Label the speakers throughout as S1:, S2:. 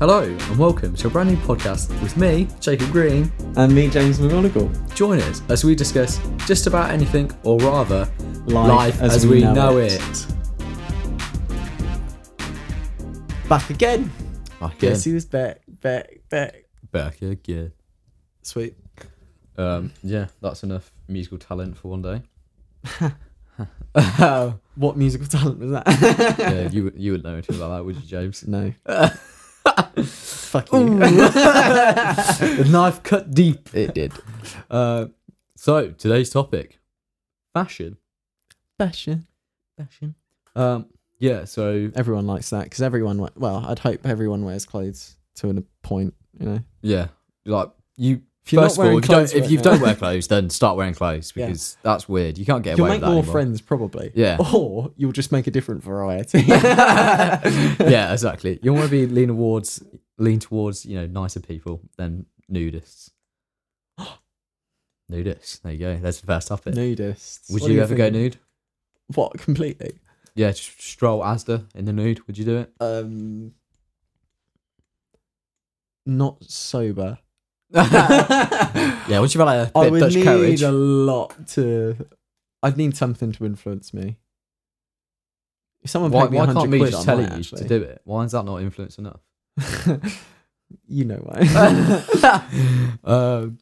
S1: Hello and welcome to a brand new podcast with me, Jacob Green.
S2: And me, James McGonagall.
S1: Join us as we discuss just about anything, or rather,
S2: Life,
S1: life as, we, know, it.
S2: Back again.
S1: Back
S2: Yes, he was back, back, back.
S1: Back again.
S2: Sweet.
S1: Um, yeah, that's enough musical talent for one day.
S2: Oh, what musical talent was that?
S1: Yeah, you you wouldn't know anything about that, would you, James?
S2: no. Fuck you.
S1: the knife cut deep.
S2: It did.
S1: Uh, so today's topic, fashion.
S2: Fashion.
S1: Fashion. Um, yeah. So
S2: Everyone likes that because everyone, we- well, I'd hope everyone wears clothes to a point, you know.
S1: yeah, like you.
S2: If you're not
S1: first of all,
S2: wearing
S1: if you, don't,
S2: clothes
S1: if
S2: right
S1: you
S2: now-
S1: don't wear clothes, then start wearing clothes
S2: Yeah.
S1: because that's weird. You can't get
S2: You'll
S1: away
S2: make
S1: with
S2: more
S1: that
S2: friends probably.
S1: Yeah.
S2: Or you'll just make a different variety.
S1: anymore. yeah, exactly. You want to be lean towards lean towards you know nicer people than nudists. nudists. There you go. That's the first topic.
S2: Nudists.
S1: Would
S2: What do
S1: you ever go
S2: think?
S1: nude?
S2: What, completely?
S1: Yeah, just stroll Asda in the nude. Would you do it?
S2: um not sober.
S1: Yeah, would you feel like a
S2: I
S1: bit
S2: would
S1: Dutch
S2: need
S1: courage?
S2: a lot to. I'd need something to influence me. If someone
S1: Why,
S2: paid me
S1: why
S2: 100
S1: can't me
S2: quid,
S1: just
S2: I
S1: tell
S2: might,
S1: you
S2: actually.
S1: to do it? Why is that not influence enough?
S2: you know why?
S1: um,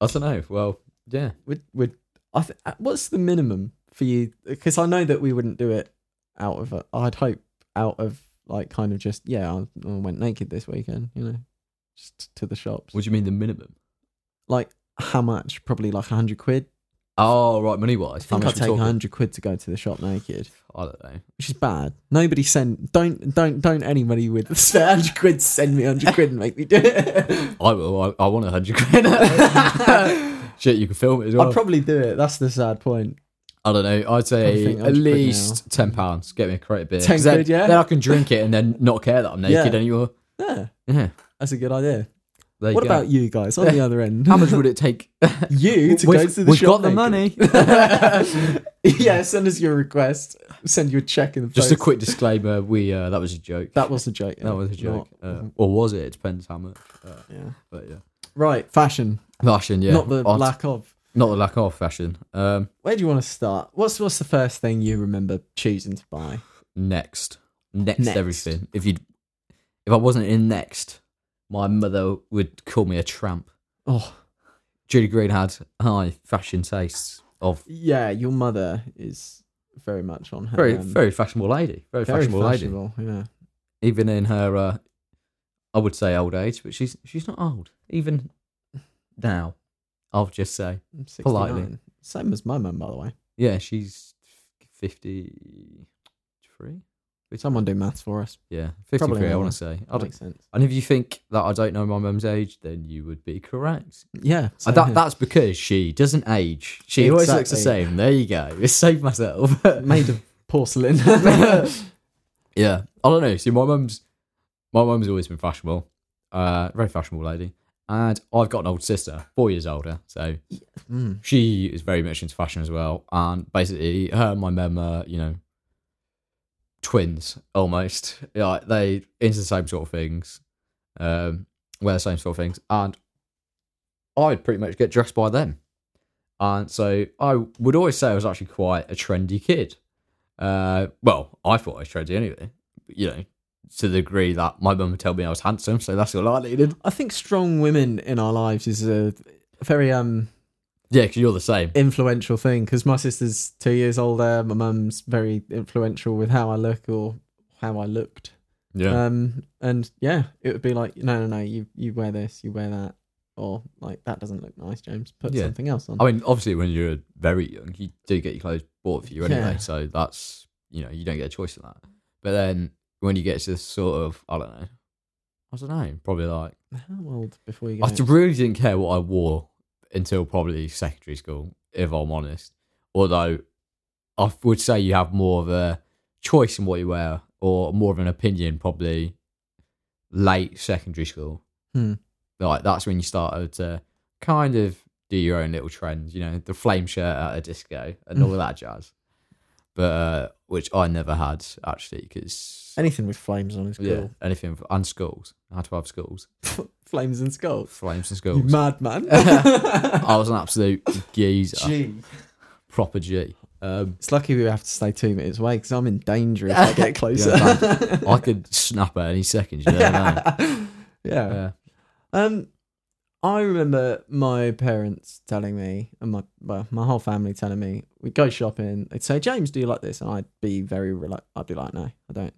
S1: I don't know. Well, yeah.
S2: would would I? Th- uh, what's the minimum for you? Because I know that we wouldn't do it out of. A, I'd hope out of like kind of just yeah. I, I went naked this weekend. You know, just to the shops.
S1: What do you mean the minimum?
S2: like how much? Probably like a hundred quid.
S1: Oh, right, money wise.
S2: I think I'd take a hundred quid to go to the shop naked,
S1: I don't know.
S2: which is bad. Nobody send don't don't don't anybody with hundred quid send me hundred quid and make me do it.
S1: I will. I, I want a hundred quid. Shit, you can film it as well.
S2: I'd probably do it. That's the sad point.
S1: I don't know. I'd
S2: Probably
S1: say
S2: think
S1: at
S2: 100 quid
S1: least ten pounds. Get me a crate of beer.
S2: 10
S1: 'Cause then-
S2: quid, yeah?
S1: Then I can drink it and then not care that I'm naked
S2: Yeah.
S1: anymore.
S2: Yeah,
S1: Yeah.
S2: that's a good idea.
S1: There you
S2: What
S1: go.
S2: about you guys on the other end?
S1: how much would it take?
S2: you to go
S1: We've-
S2: to the
S1: we've
S2: shop?
S1: got the money.
S2: money. yeah, send us your request. Send you a check in the
S1: Just a
S2: post.
S1: quick disclaimer. We uh, that was a joke.
S2: That was a joke. yeah.
S1: That was a joke.
S2: Not-
S1: uh, or was it? It depends how much. Uh,
S2: yeah.
S1: but yeah,
S2: Right, fashion,
S1: fashion. Yeah,
S2: not the
S1: Art-
S2: lack of.
S1: not the lack of fashion. Um,
S2: Where do you want to start? What's what's the first thing you remember choosing to buy?
S1: next, next,
S2: Next.
S1: everything. If you, if I wasn't in next, my mother would call me a tramp.
S2: Oh,
S1: Judy Green had high fashion tastes of
S2: Yeah, your mother is very much on her.
S1: very,
S2: um,
S1: very fashionable lady. Very,
S2: very
S1: fashionable,
S2: fashionable, Yeah.
S1: lady. Even in her, uh, I would say old age, but she's she's not old. Even now, I'll just say,
S2: I'm 69.
S1: Politely.
S2: Same as my mum, by the way.
S1: yeah, she's fifty-three.
S2: Someone do maths for us.
S1: Yeah,
S2: Probably
S1: fifty-three. I
S2: not.
S1: want to say. I
S2: That
S1: don't,
S2: makes sense.
S1: and if you think that I don't know my mum's age, then you would be correct.
S2: Yeah. so
S1: And that,
S2: here.
S1: that's because she doesn't age. She always looks the
S2: Exactly.
S1: same. There you go. It saved myself.
S2: made of porcelain. Mm.
S1: yeah. I don't know. See, my mum's my mum's always been fashionable. Uh, very fashionable lady. And I've got an old sister, four years older. So
S2: Mm,
S1: she is very much into fashion as well. And basically, her and my mum are, you know, twins almost. Like they into the same sort of things, um, wear the same sort of things. And I'd pretty much get dressed by them. And so I would always say I was actually quite a trendy kid. Uh, well, I thought I was trendy anyway, you know, to the degree that my mum would tell me I was handsome. So that's all I needed.
S2: I think strong women in our lives is a very um
S1: Yeah, because you're the same.
S2: influential thing because my sister's two years older. My mum's very influential with how I look or how I looked.
S1: Yeah.
S2: Um, and yeah, it would be like, no, no, no, you you wear this, you wear that, or like that doesn't look nice, James. Put
S1: Yeah.
S2: something else on.
S1: I mean, obviously, when you're very young, you do get your clothes bought for you anyway.
S2: Yeah.
S1: So that's you know you don't get a choice in that. But then when you get to this sort of I don't know, I don't know, probably like
S2: How old before you
S1: I
S2: go?
S1: d- really didn't care what I wore until probably secondary school, if I'm honest. Although I f- would say you have more of a choice in what you wear or more of an opinion probably late secondary school.
S2: Hmm.
S1: Like that's when you started to kind
S2: Mm.
S1: of do your own little trends, you know, the flame shirt at a disco and all that jazz. but uh, which I never had actually because
S2: Anything with flames on is cool.
S1: yeah, anything and skulls. I had to have skulls,
S2: flames and skulls.
S1: flames and
S2: You
S1: skulls.
S2: madman.
S1: I was an absolute geezer,
S2: Gee.
S1: proper G. Um,
S2: It's lucky we have to stay two minutes away because I'm in danger if I get closer.
S1: I could snap at any second. You never know.
S2: yeah.
S1: Yeah.
S2: Um, I remember my parents telling me, and my well, my whole family telling me, we'd go shopping. They'd say, "James, do you like this?" And I'd be very reluctant. I'd be like, "No, I don't."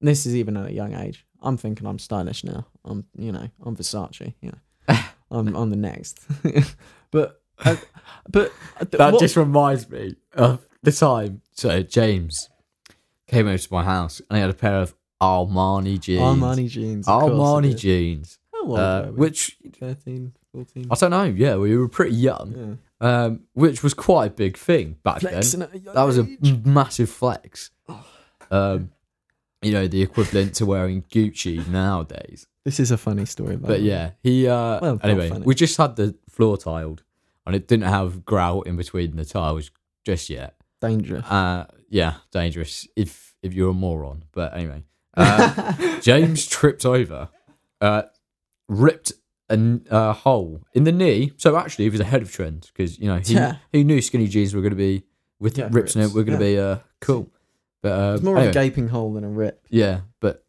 S2: And this is even at a young age. I'm thinking I'm stylish now. I'm, you know, I'm Versace. You know, I'm on the next. but, uh, but uh,
S1: That
S2: what-
S1: just reminds me of the time. So James came over to my house and he had a pair of Armani jeans.
S2: Armani jeans. of course it
S1: Armani
S2: is.
S1: jeans.
S2: How old
S1: Uh,
S2: were we?
S1: which
S2: 13, 14.
S1: I don't know. Yeah, we were pretty young.
S2: Yeah.
S1: Um, which was quite a big thing back
S2: Flexing
S1: then.
S2: at a young
S1: That was a
S2: age. Oh.
S1: massive flex. Um, you know the equivalent to wearing Gucci nowadays.
S2: This is a funny story,
S1: But
S2: by the way.
S1: yeah, he. Uh,
S2: Um, Well, not
S1: anyway,
S2: funny.
S1: we just had the floor tiled, and it didn't have grout in between the tiles just yet.
S2: dangerous.
S1: Uh, yeah, dangerous if if you're a moron. But anyway, uh, James tripped over, uh, ripped a n- a hole in the knee. So actually, he was ahead of trend because you know he
S2: Yeah.
S1: he knew skinny jeans were going to be with
S2: Yeah,
S1: rips in it
S2: rips,
S1: were going to
S2: yeah.
S1: be uh cool. But uh,
S2: It's more
S1: anyway,
S2: of a gaping hole than a rip.
S1: yeah, but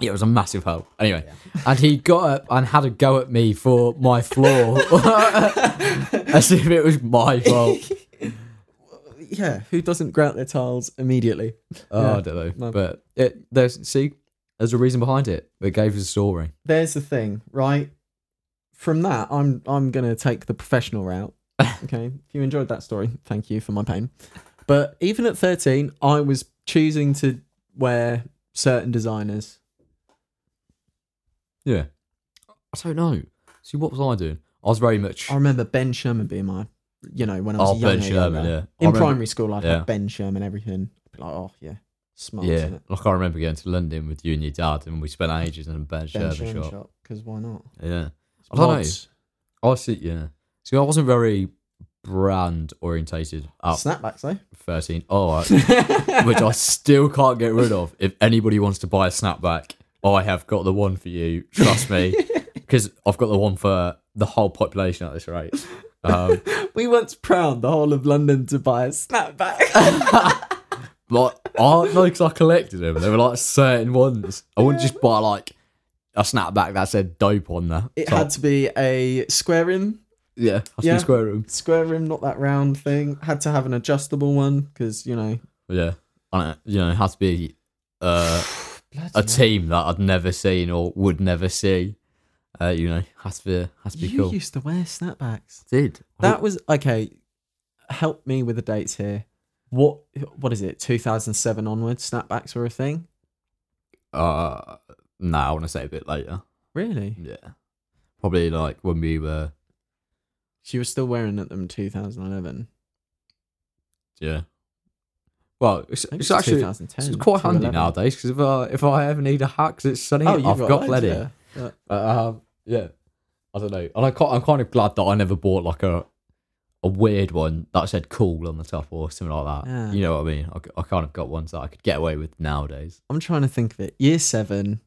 S1: yeah, it was a massive hole. Anyway, and he got up and had a go at me for my flaw, as if it was my fault.
S2: Yeah, who doesn't grout their tiles immediately?
S1: Oh,
S2: Yeah.
S1: I don't know,
S2: No.
S1: but it, there's see, there's a reason behind it. It gave us a story.
S2: There's the thing, right? From that, I'm I'm gonna take the professional route. Okay, if you enjoyed that story, thank you for my pain. But even at 13, I was choosing to wear certain designers.
S1: Yeah, I don't know. See, what was I doing? I was very much.
S2: I remember Ben Sherman being my, you know, when I was
S1: Oh,
S2: a young
S1: Ben
S2: age,
S1: Sherman.
S2: like,
S1: Yeah, I
S2: In
S1: remember-
S2: primary school, I'd
S1: yeah.
S2: have Ben Sherman everything. I'd be like, oh yeah, smart.
S1: Yeah,
S2: isn't it?
S1: like I remember going to London with you and your dad, and we spent ages in a Ben
S2: Ben
S1: Sherman
S2: Sherman
S1: shop.
S2: shop. Because why not?
S1: Yeah, I don't know.
S2: Mods.
S1: I see. Yeah, see, I wasn't very brand orientated at
S2: Snapbacks eh? though.
S1: 13. Oh, I- which I still can't get rid of. If anybody wants to buy a snapback, I have got the one for you. Trust me, because I've got the one for the whole population at this rate. Um,
S2: We once proud the whole of London to buy a snapback.
S1: but I no, because I collected them. They were like certain ones. I wouldn't just buy like a snapback that said dope on there.
S2: it
S1: So-
S2: had to be a square rim,
S1: yeah, I see
S2: yeah.
S1: square room.
S2: square rim, not that round thing. Had to have an adjustable one because you know.
S1: Yeah, I don't, you know, it had to be uh,
S2: Bloody
S1: a team that I'd never seen or would never see. Uh, you know, has to be has to be
S2: you
S1: cool.
S2: used to wear snapbacks.
S1: Did
S2: That was okay. Help me with the dates here. What what is it? 2007 onwards, snapbacks were a thing.
S1: Uh, no, I want to say a bit later.
S2: Really?
S1: Yeah, probably like when we were.
S2: She was still wearing them in 2011.
S1: Yeah. Well, it's,
S2: I think
S1: it's
S2: it was
S1: actually
S2: 2010.
S1: it's quite handy
S2: 2011.
S1: nowadays because if I if I ever need a hat 'cause it's sunny,
S2: Oh,
S1: I've
S2: you've
S1: got,
S2: loads,
S1: plenty.
S2: yeah. Uh,
S1: Uh, um, yeah, I don't know, and I ca- I'm kind of glad that I never bought like a a weird one that said cool on the top or something like that.
S2: Yeah.
S1: You know what I mean? I, c- I kind of got ones that I could get away with nowadays.
S2: I'm trying to think of it. Year seven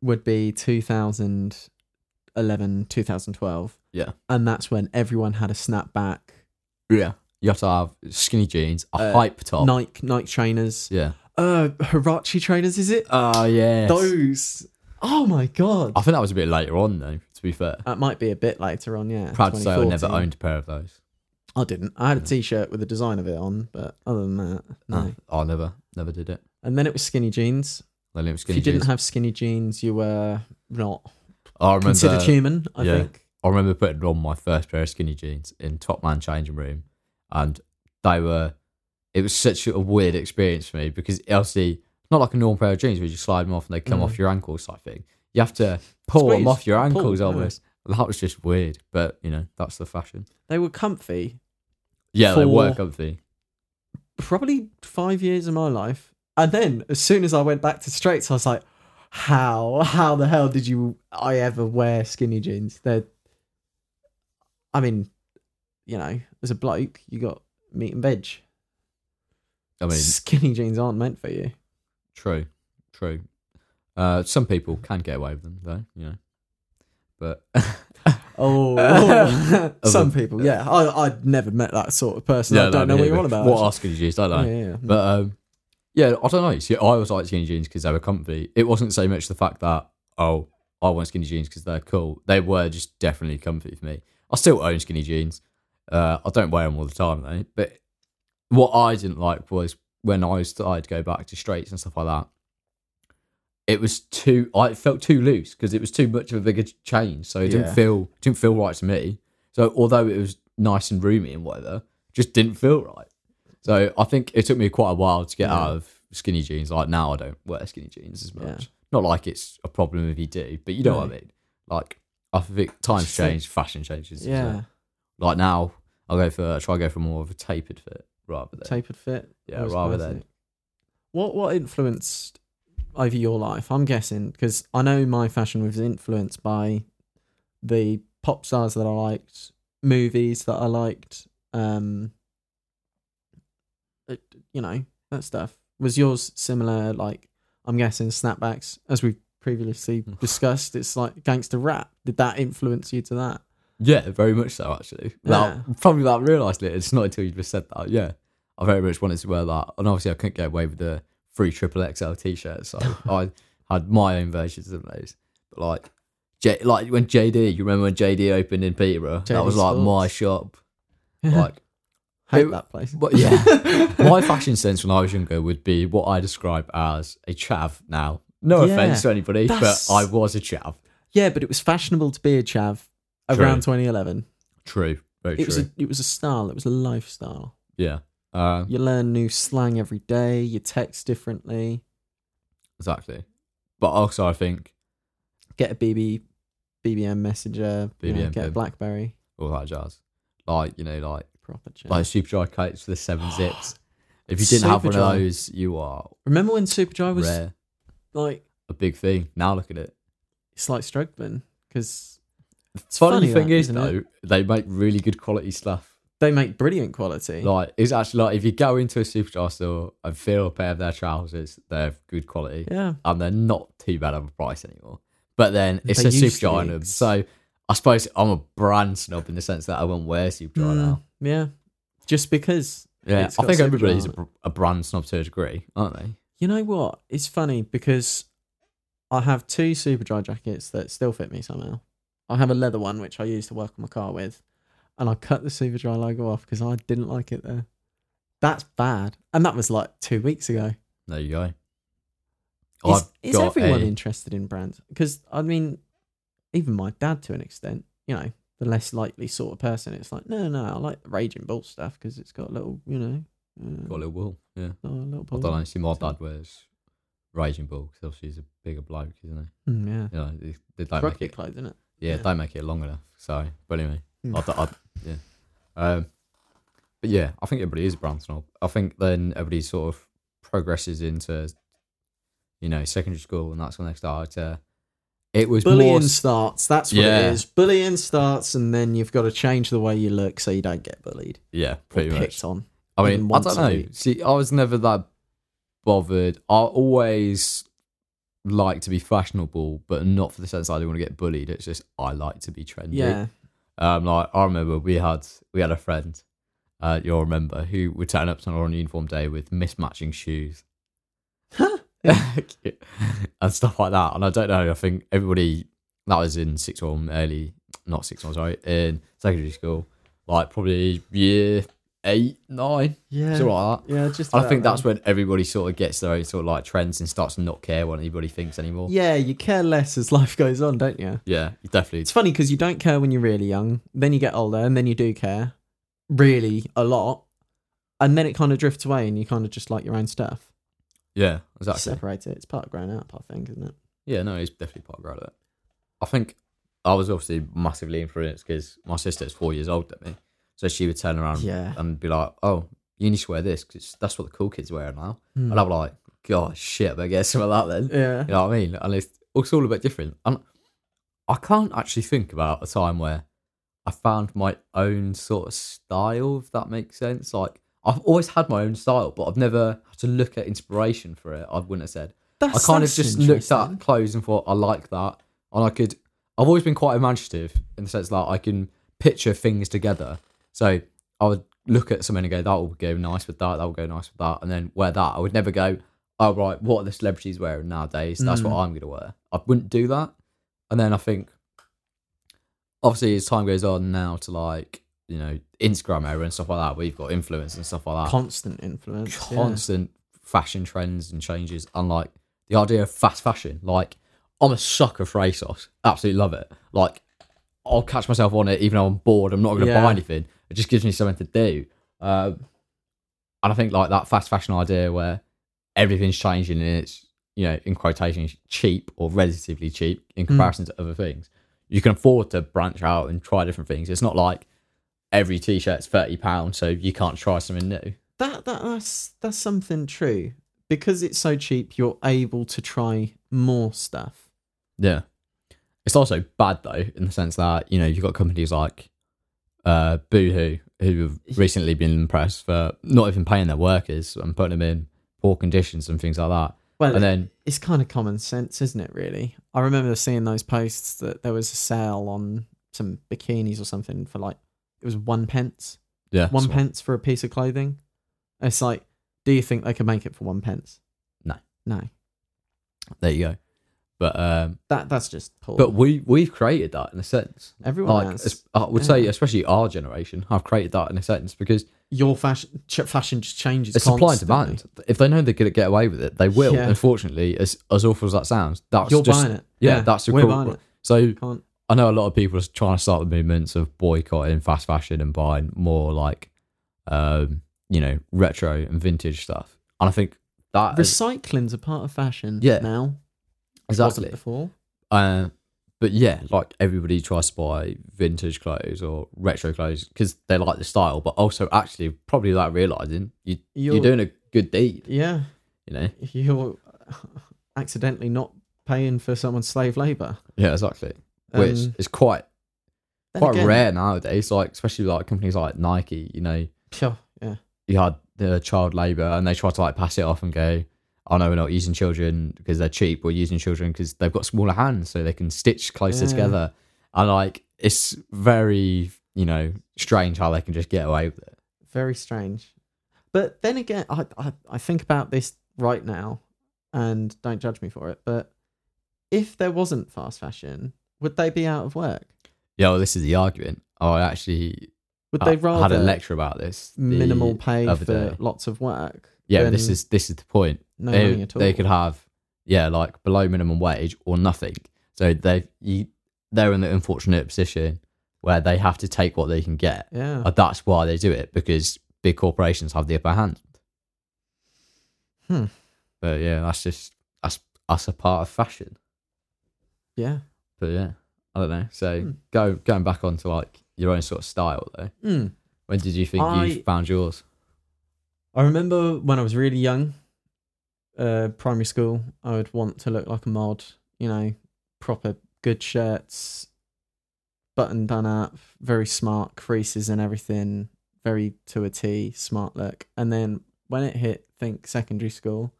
S2: would be 2011, 2012.
S1: Yeah.
S2: And that's when everyone had a snapback,
S1: Yeah, you have to have skinny jeans, a
S2: Uh,
S1: hype top.
S2: Nike Nike trainers,
S1: yeah.
S2: uh, Hirachi trainers, is it?
S1: Oh yeah.
S2: Those. Oh my God.
S1: I think that was a bit later on, though. To be fair,
S2: That might be a bit later on, yeah.
S1: proud to say I never
S2: 2014.
S1: owned a pair of those.
S2: I didn't. I had a t shirt with the design of it on, but other than that, no.
S1: No, I never, never did it.
S2: And then it was skinny jeans.
S1: Then it was
S2: If
S1: skinny
S2: you didn't
S1: jeans.
S2: have skinny jeans, you were not
S1: I remember.
S2: considered human, I
S1: yeah.
S2: think.
S1: I remember putting on my first pair of skinny jeans in Top Man changing room, and they were. It was such a weird experience for me because obviously not like a normal pair of jeans where you slide them off and they come off your ankles type thing. You have to pull them
S2: Squeeze.
S1: off your
S2: Mm. Pull,
S1: ankles
S2: yeah.
S1: almost. That was just weird, but you know that's the fashion.
S2: They were comfy,
S1: Yeah, they were
S2: For-
S1: comfy.
S2: probably five years of my life. And then as soon as I went back to straights, I was like, how, how the hell did you, I ever wear skinny jeans? They're, I mean, you know, as a bloke, you got meat and veg.
S1: I mean,
S2: skinny jeans aren't meant for you.
S1: true, true. Uh, some people can get away with them though, you know. But
S2: Oh, some
S1: Other-
S2: people, yeah. I, I'd never met that sort of person. I
S1: no,
S2: don't know what you're on about.
S1: What are skinny jeans? I don't know.
S2: Yeah, yeah, yeah.
S1: But um, yeah, I don't know. See, I always liked skinny jeans because they were comfy. It wasn't so much the fact that oh, I want skinny jeans because they're cool. They were just definitely comfy for me. I still own skinny jeans. Uh, I don't wear them all the time though. But what I didn't like was when I started to go back to straights and stuff like that. It was too. I it felt too loose because it was too much of a bigger change. So it
S2: Yeah.
S1: didn't feel didn't feel right to me. So although it was nice and roomy and whatever, just didn't feel right. So I think it took me quite a while to get
S2: Yeah.
S1: out of skinny jeans. Like now, I don't wear skinny jeans as much.
S2: Yeah.
S1: Not like it's a problem if you do, but you know what I
S2: No.
S1: mean. Like I think times
S2: Just think-
S1: change, fashion changes. isn't
S2: yeah,
S1: it? Like now, I'll go for try go for more of a tapered fit rather than
S2: tapered fit.
S1: yeah
S2: always
S1: rather
S2: nice,
S1: than
S2: isn't it? What what influenced over your life? I'm guessing because I know my fashion was influenced by the pop stars that I liked, movies that I liked, um, it- you know that stuff. Was yours similar? Like I'm guessing snapbacks, as we previously discussed. It's like gangster rap. Did that influence you to that?
S1: yeah, very much so actually. Well, probably without realising it. It's not until you just said that. Yeah, I very much wanted to wear that, and obviously I couldn't get away with the free triple XL t-shirts. So I had my own versions of those. But like, J- like when JD, you remember when JD opened in Peterborough? that
S2: JD
S1: was like my
S2: Sports.
S1: shop. Like,
S2: hate
S1: it-
S2: that place.
S1: but yeah, my fashion sense when I was younger would be what I describe as a chav. Now, no
S2: Yeah,
S1: offense to anybody,
S2: that's-
S1: but I was a chav.
S2: Yeah, but it was fashionable to be a chav
S1: True.
S2: around 2011.
S1: True, very
S2: It was
S1: true.
S2: a it was a style. It was a lifestyle.
S1: yeah. Um,
S2: You learn new slang every day. You text differently.
S1: Exactly. But also, I think
S2: Get a BB, BBM messenger. you know,
S1: BBM,
S2: get a
S1: BBM.
S2: BlackBerry.
S1: all that jazz. Like, you know, like,
S2: Proper chav.
S1: like Superdry coats with the seven zips. If you didn't have one of
S2: Superdry.
S1: those, you are
S2: Remember when Superdry was
S1: rare.
S2: like
S1: A big thing. Now look at it.
S2: it's like struggling because
S1: The funny,
S2: funny
S1: thing
S2: that,
S1: is,
S2: isn't
S1: though,
S2: it?
S1: they make really good quality stuff.
S2: they make brilliant quality.
S1: Like, it's actually like if you go into a Superdry store and feel a pair of their trousers, they're good quality
S2: yeah,
S1: and they're not too bad of a price anymore. But then it's
S2: They
S1: a
S2: used to
S1: Superdry
S2: be.
S1: item. So I suppose I'm a brand snob in the sense that I won't wear Superdry
S2: Mm,
S1: now.
S2: yeah. Just because.
S1: Yeah,
S2: it's
S1: I
S2: got
S1: think
S2: Superdry
S1: everybody's
S2: on
S1: a,
S2: it.
S1: br- a brand snob to a degree, aren't they?
S2: You know what? It's funny because I have two super dry jackets that still fit me somehow. I have a leather one which I use to work on my car with, and I cut the super dry logo off because I didn't like it there. That's bad, and that was like two weeks ago.
S1: There you go.
S2: Is, is
S1: got
S2: everyone
S1: a-
S2: interested in brands? Because I mean, even my dad to an extent, you know, the less likely sort of person. It's like, no, no, I like the Raging Bull stuff because it's got a little, you know, uh,
S1: Got a little wool. Yeah.
S2: oh, a little
S1: I
S2: bull.
S1: don't know. See, my dad wears Raging Bull because obviously he's a bigger bloke, isn't he?
S2: Mm, yeah,
S1: You know, they, they don't
S2: rugby
S1: make it.
S2: clothes, isn't it?
S1: Yeah,
S2: yeah.
S1: don't make it long enough. So, but anyway,
S2: Mm.
S1: I, don't- I, yeah. Um, but yeah, I think everybody is a brand snob. I think then everybody sort of progresses into, you know, secondary school, and that's when they start to. It was more
S2: bullying
S1: s-
S2: starts. That's what
S1: Yeah.
S2: it is. Bullying starts, and then you've got to change the way you look so you don't get bullied
S1: yeah,
S2: or
S1: pretty much.
S2: picked on.
S1: I
S2: even
S1: mean, I
S2: once
S1: don't
S2: a
S1: know.
S2: week.
S1: See, I was never that bothered. I always like to be fashionable, but not for the sense I don't want to get bullied. It's just I like to be trendy.
S2: Yeah,
S1: Um, like I remember we had we had a friend, uh, you'll remember, who would turn up on our uniform day with mismatching shoes. and stuff like that. And I don't know, I think everybody that was in sixth form early not sixth form, sorry, in secondary school, like probably year eight, nine,
S2: yeah,
S1: something like that.
S2: yeah. Just.
S1: And I
S2: about
S1: think
S2: that.
S1: that's when everybody sort of gets their own sort of like trends and starts to not care what anybody thinks anymore.
S2: Yeah, you care less as life goes on, don't you?
S1: Yeah, definitely.
S2: It's funny because you don't care when you're really young, then you get older, and then you do care really a lot, and then it kind of drifts away, and you kind of just like your own stuff.
S1: Yeah, exactly.
S2: Separate it. It's part of growing up, I think, isn't it?
S1: Yeah, no, it's definitely part of growing up. I think I was obviously massively influenced because my sister's four years older than me. So she would turn around
S2: Yeah.
S1: and be like, oh, you need to wear this because that's what the cool kids wear now.
S2: Hmm.
S1: And I'm like, God, shit, I guess some of that then.
S2: Yeah.
S1: You know what I mean? And it's, it's all a bit different. And I can't actually think about a time where I found my own sort of style, if that makes sense. Like, I've always had my own style, but I've never had to look at inspiration for it. I wouldn't have said. I
S2: That's,
S1: kind of
S2: that's
S1: just looked
S2: interesting.
S1: at clothes and thought I like that, and I could. I've always been quite imaginative in the sense that I can picture things together. So I would look at something and go, "That will go nice with that. That will go nice with that," and then wear that. I would never go, "Oh right, what are the celebrities wearing nowadays? That's what
S2: Mm.
S1: I'm going to wear." I wouldn't do that. And then I think, obviously, as time goes on now, to like you know Instagram era and stuff like that, we've got influence and stuff like that
S2: constant influence. yeah.
S1: constant fashion trends and changes and like the idea of fast fashion like i'm a sucker for asos absolutely love it like i'll catch myself on it even though i'm bored i'm not gonna
S2: Yeah.
S1: buy anything it just gives me something to do um, and i think like that fast fashion idea where everything's changing and it's you know in quotations cheap or relatively cheap
S2: Mm.
S1: in comparison to other things you can afford to branch out and try different things it's not like every t-shirt's 30 pounds so you can't try something new
S2: That that that's that's something true because it's so cheap. You're able to try more stuff.
S1: Yeah. It's also bad though, in the sense that, you know, you've got companies like uh Boohoo who have recently been impressed for not even paying their workers and putting them in poor conditions and things like that.
S2: Well,
S1: And then
S2: it's kind of common sense, isn't it? Really, I remember seeing those posts that there was a sale on some bikinis or something for like it was one pence,
S1: yeah.
S2: one
S1: so-
S2: pence for a piece of clothing. It's like, do you think they could make it for one pence?
S1: No.
S2: no.
S1: There you go. But um
S2: That that's just poor.
S1: but we we've created that in a sense.
S2: everyone
S1: Like
S2: has
S1: es- I would say
S2: yeah.
S1: especially our generation have created that in a sense because
S2: your fashion ch- fashion just changes.
S1: it's supply and
S2: constantly.
S1: demand. If they know they're gonna get away with it, they will.
S2: Yeah.
S1: Unfortunately, as as awful as that sounds, that's
S2: You're
S1: just
S2: buying it.
S1: yeah, that's the
S2: we're
S1: cool-
S2: buying it.
S1: so
S2: Can't.
S1: I know a lot of people are trying to start the movements of boycotting fast fashion and buying more like, um, you know, retro and vintage stuff. And I think that is
S2: Recycling's a part of fashion.
S1: Yeah,
S2: now wasn't
S1: exactly.
S2: before.
S1: Uh, but yeah, like everybody tries to buy vintage clothes or retro clothes because they like the style, but also actually probably without realizing you you're,
S2: You're-
S1: doing a good deed.
S2: Yeah,
S1: You know.
S2: you're accidentally not paying for someone's slave labor.
S1: Yeah, exactly. Which
S2: Um,
S1: is quite
S2: Then
S1: quite
S2: again-
S1: rare nowadays. Like especially like companies like Nike. You know,
S2: Phew, yeah,
S1: you had the child labor and they try to like pass it off and go oh no we're not using children because they're cheap we're using children because they've got smaller hands so they can stitch closer
S2: Yeah.
S1: together and like it's very you know strange how they can just get away with it
S2: very strange. But then again, I, I I think about this right now, and don't judge me for it. But if there wasn't fast fashion, would they be out of work?
S1: yeah well this is the argument Oh, i actually
S2: Would
S1: ha-
S2: they
S1: Uh, had
S2: rather
S1: a lecture about this the
S2: minimal pay
S1: other
S2: for
S1: day.
S2: lots of work?
S1: yeah but this
S2: than
S1: is this is the point
S2: no
S1: they,
S2: money at all.
S1: they could have yeah like below minimum wage or nothing so they you, they're in the unfortunate position where they have to take what they can get
S2: yeah.
S1: Uh, that's why they do it because big corporations have the upper hand.
S2: Hmm.
S1: But yeah, that's just that's that's a part of fashion.
S2: Yeah.
S1: But yeah, I don't know. So
S2: Hmm.
S1: go going back onto like your own sort of style though.
S2: Mm.
S1: When did you think you
S2: I-
S1: found yours?
S2: I remember when I was really young, uh, primary school, I would want to look like a mod, you know, proper good shirts, button done up, very smart creases and everything, very to a T, smart look. And then when it hit, think secondary school,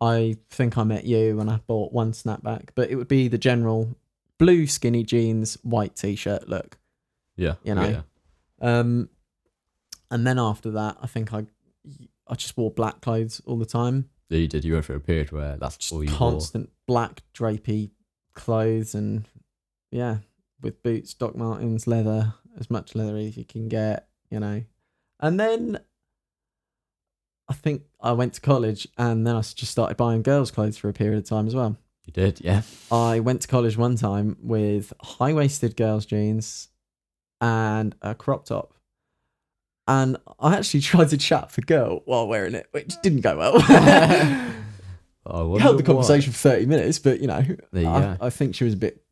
S2: I think I met you and I bought one snapback, but it would be the general blue skinny jeans, white t shirt look.
S1: Yeah,
S2: You know.
S1: yeah.
S2: Um, and then after that, I think I I just wore black clothes all the time,
S1: Yeah, you did. You went through a period where that's
S2: just
S1: all you
S2: constant black drapey clothes, and yeah, with boots, Doc Martens, leather, as much leather as you can get, you know. And then I think I went to college, and then I s- just started buying girls' clothes for a period of time as well.
S1: wore. You did, yeah.
S2: I went to college one time with high waisted girls' jeans and a crop top. And I actually tried to chat for girl while wearing it, which didn't go well.
S1: I wonder
S2: Held the
S1: why.
S2: conversation for 30 minutes, but you know,
S1: There you
S2: I,
S1: go.
S2: I think she was a bit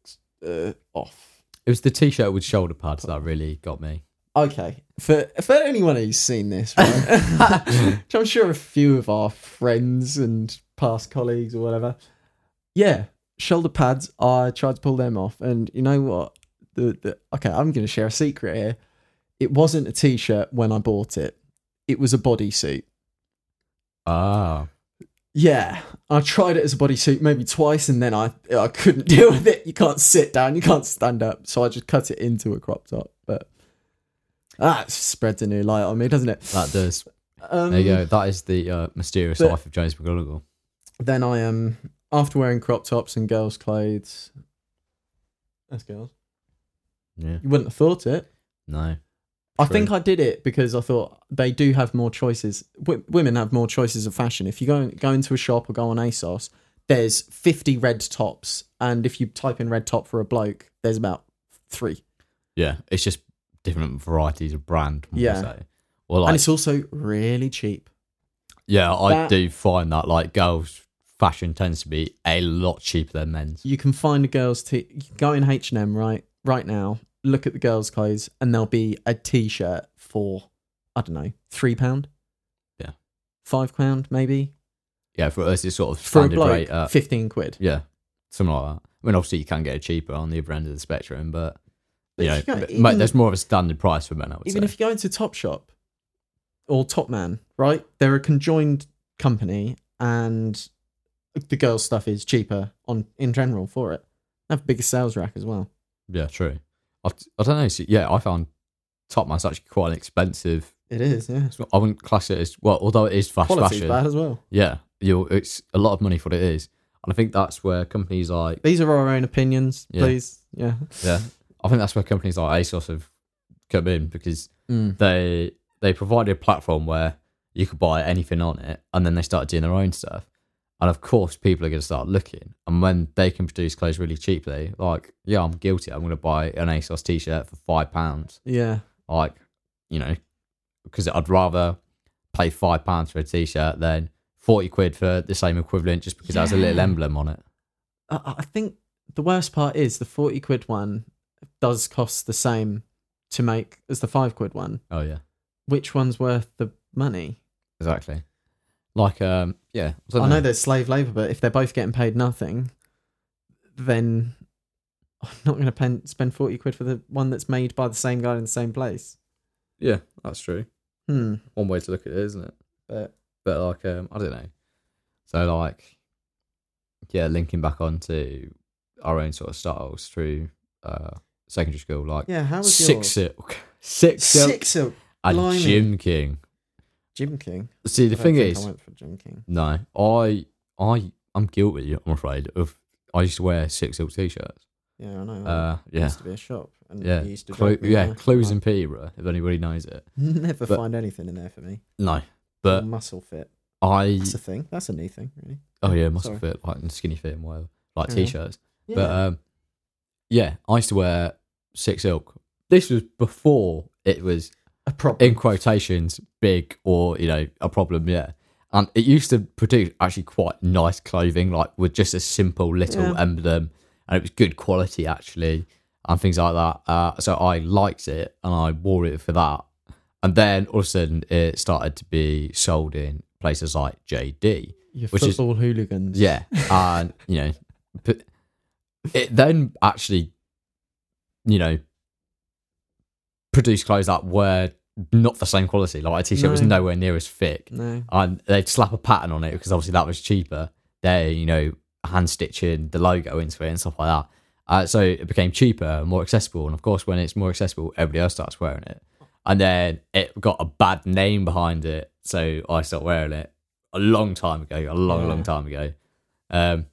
S2: uh, off.
S1: It was the t-shirt with shoulder pads that really got me.
S2: Okay, for for anyone who's seen this, right, which I'm sure a few of our friends and past colleagues or whatever, yeah, shoulder pads. I tried to pull them off, and you know what? The, the okay, I'm going to share a secret here. It wasn't a t-shirt when I bought it. it was a bodysuit.
S1: Ah.
S2: Yeah, I tried it as a bodysuit maybe twice, and then I I couldn't deal with it. You can't sit down, you can't stand up, so I just cut it into a crop top. But that spreads a new light on me, doesn't it?
S1: That does.
S2: Um,
S1: There you go. That is the uh, mysterious
S2: but-
S1: life of James McGonagall.
S2: Then I am um, after wearing crop tops and girls' clothes. That's girls.
S1: Yeah.
S2: You wouldn't have thought it.
S1: No.
S2: I
S1: True.
S2: think I did it because I thought they do have more choices. W- women have more choices of fashion. If you go go into a shop or go on ASOS, there's 50 red tops, and if you type in red top for a bloke, there's about three.
S1: Yeah. It's just different varieties of brand. more
S2: Yeah.
S1: so. Or
S2: and
S1: like,
S2: it's also really cheap.
S1: yeah, I
S2: that-
S1: do find that like girls' fashion tends to be a lot cheaper than men's.
S2: You can find a girls' t. You can go in H and M right right now. Look at the girls' clothes, and there'll be a t-shirt for I don't know three pound.
S1: Yeah.
S2: five pound maybe
S1: Yeah, for us, it's sort of
S2: for a
S1: standard
S2: bloke.
S1: rate. Uh,
S2: Fifteen quid.
S1: yeah, something like that. I mean, obviously, you can get it cheaper on the other end of the spectrum, but you know,
S2: But you can't-
S1: m-
S2: even-
S1: there's more of a standard price for men. I would
S2: even
S1: say.
S2: if you go into Topshop or Topman, right? They're a conjoined company, and the girls' stuff is cheaper on in general for it. They have bigger sales rack as well.
S1: yeah, true. I, I don't know. So, yeah, I found Topman's actually quite an expensive.
S2: It is, yeah.
S1: it's not- I wouldn't class it as well, although it is fast
S2: Quality's
S1: fashion.
S2: bad as well.
S1: Yeah, you it's a lot of money for what it is, and I think that's where companies like
S2: These are our own opinions,
S1: Yeah.
S2: please. Yeah.
S1: yeah, I think that's where companies like ASOS have come in because they they provided a platform where you could buy anything on it, and then they started doing their own stuff. And of course, people are going to start looking. And when they can produce clothes really cheaply, like yeah, I'm guilty. I'm going to buy an ASOS T-shirt for five pounds.
S2: Yeah.
S1: Like you know, because I'd rather pay five pounds for a T-shirt than forty quid for the same equivalent just because it has a little
S2: Yeah.
S1: emblem on it.
S2: I, I think the worst part is the 40 quid one does cost the same to make as the 5 quid one.
S1: Oh yeah,
S2: Which one's worth the money?
S1: exactly. Like um yeah, I,
S2: I
S1: don't
S2: know
S1: know.
S2: there's slave labor, but if they're both getting paid nothing, then I'm not going to pen- spend 40 quid for the one that's made by the same guy in the same place.
S1: yeah, that's true.
S2: Hmm.
S1: One way to look at it, isn't it?
S2: But
S1: but like um i don't know so like yeah linking back onto our own sort of styles through uh secondary school like
S2: yeah, how was
S1: six silk six silk
S2: Six silk.
S1: and
S2: blimey.
S1: jim king
S2: Jim King.
S1: see the
S2: I don't
S1: thing
S2: think
S1: is
S2: I went for Jim King.
S1: no i i i'm guilty i'm afraid of i used to wear six silk t-shirts
S2: Yeah, I know.
S1: uh
S2: It
S1: yeah
S2: used to be a shop, and
S1: yeah
S2: you used to
S1: Clo-
S2: drag me
S1: yeah
S2: there.
S1: clothes
S2: I
S1: in peterborough if anybody knows it
S2: Never
S1: but-
S2: find anything in there for me.
S1: no but
S2: muscle fit.
S1: i
S2: That's a thing. That's a new thing, really.
S1: oh yeah must
S2: sorry.
S1: fit like and skinny fit and whatever like
S2: Yeah.
S1: t-shirts
S2: Yeah.
S1: But um, yeah, I used to wear six silk. This was before it was
S2: a problem.
S1: in quotations big or you know a problem. Yeah, and it used to produce actually quite nice clothing, like with just a simple little
S2: Yeah.
S1: emblem, and it was good quality actually, and things like that. Uh, so I liked it and I wore it for that. And then all of a sudden, it started to be sold in places like JD.
S2: Your
S1: which is-
S2: football hooligans.
S1: Yeah, and you know, but it then actually, you know, produced clothes that were not the same quality. Like a t-shirt was
S2: No.
S1: nowhere near as thick,
S2: No.
S1: and they'd slap a pattern on it because obviously that was cheaper. They, you know, hand stitching the logo into it and stuff like that. Uh, so it became cheaper, and more accessible, and of course, when it's more accessible, everybody else starts wearing it. And then it got a bad name behind it, so I stopped wearing it a long time ago, a long,
S2: Yeah.
S1: long time ago. Um,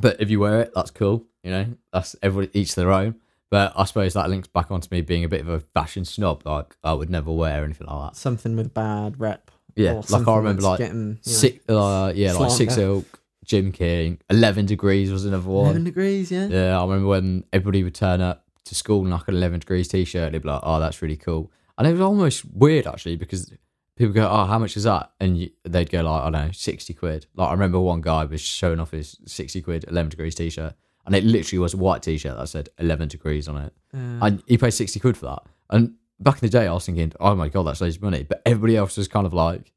S1: but if you wear it, that's cool. You know, that's every each their own. But I suppose that links back onto me being a bit of a fashion snob. Like I would never wear anything like that.
S2: Something with a bad rep.
S1: Yeah,
S2: or
S1: like I
S2: something
S1: remember,
S2: that's
S1: like,
S2: getting, you know,
S1: Six, uh, yeah, like six
S2: Slander.
S1: ilk, Jim King, eleven degrees was another one.
S2: 11 degrees, yeah.
S1: Yeah, I remember when everybody would turn up to school in like an 11 degrees t shirt. They'd be like, oh, that's really cool. And it was almost weird actually because people go, oh, how much is that? And you, they'd go, like, I don't know, 60 quid. Like, I remember one guy was showing off his 60 quid 11 degrees t shirt. And it literally was a white t shirt that said 11 degrees on it.
S2: Uh,
S1: And he paid 60 quid for that. And back in the day, I was thinking, oh my God, that's loads of money. But everybody else was kind of like,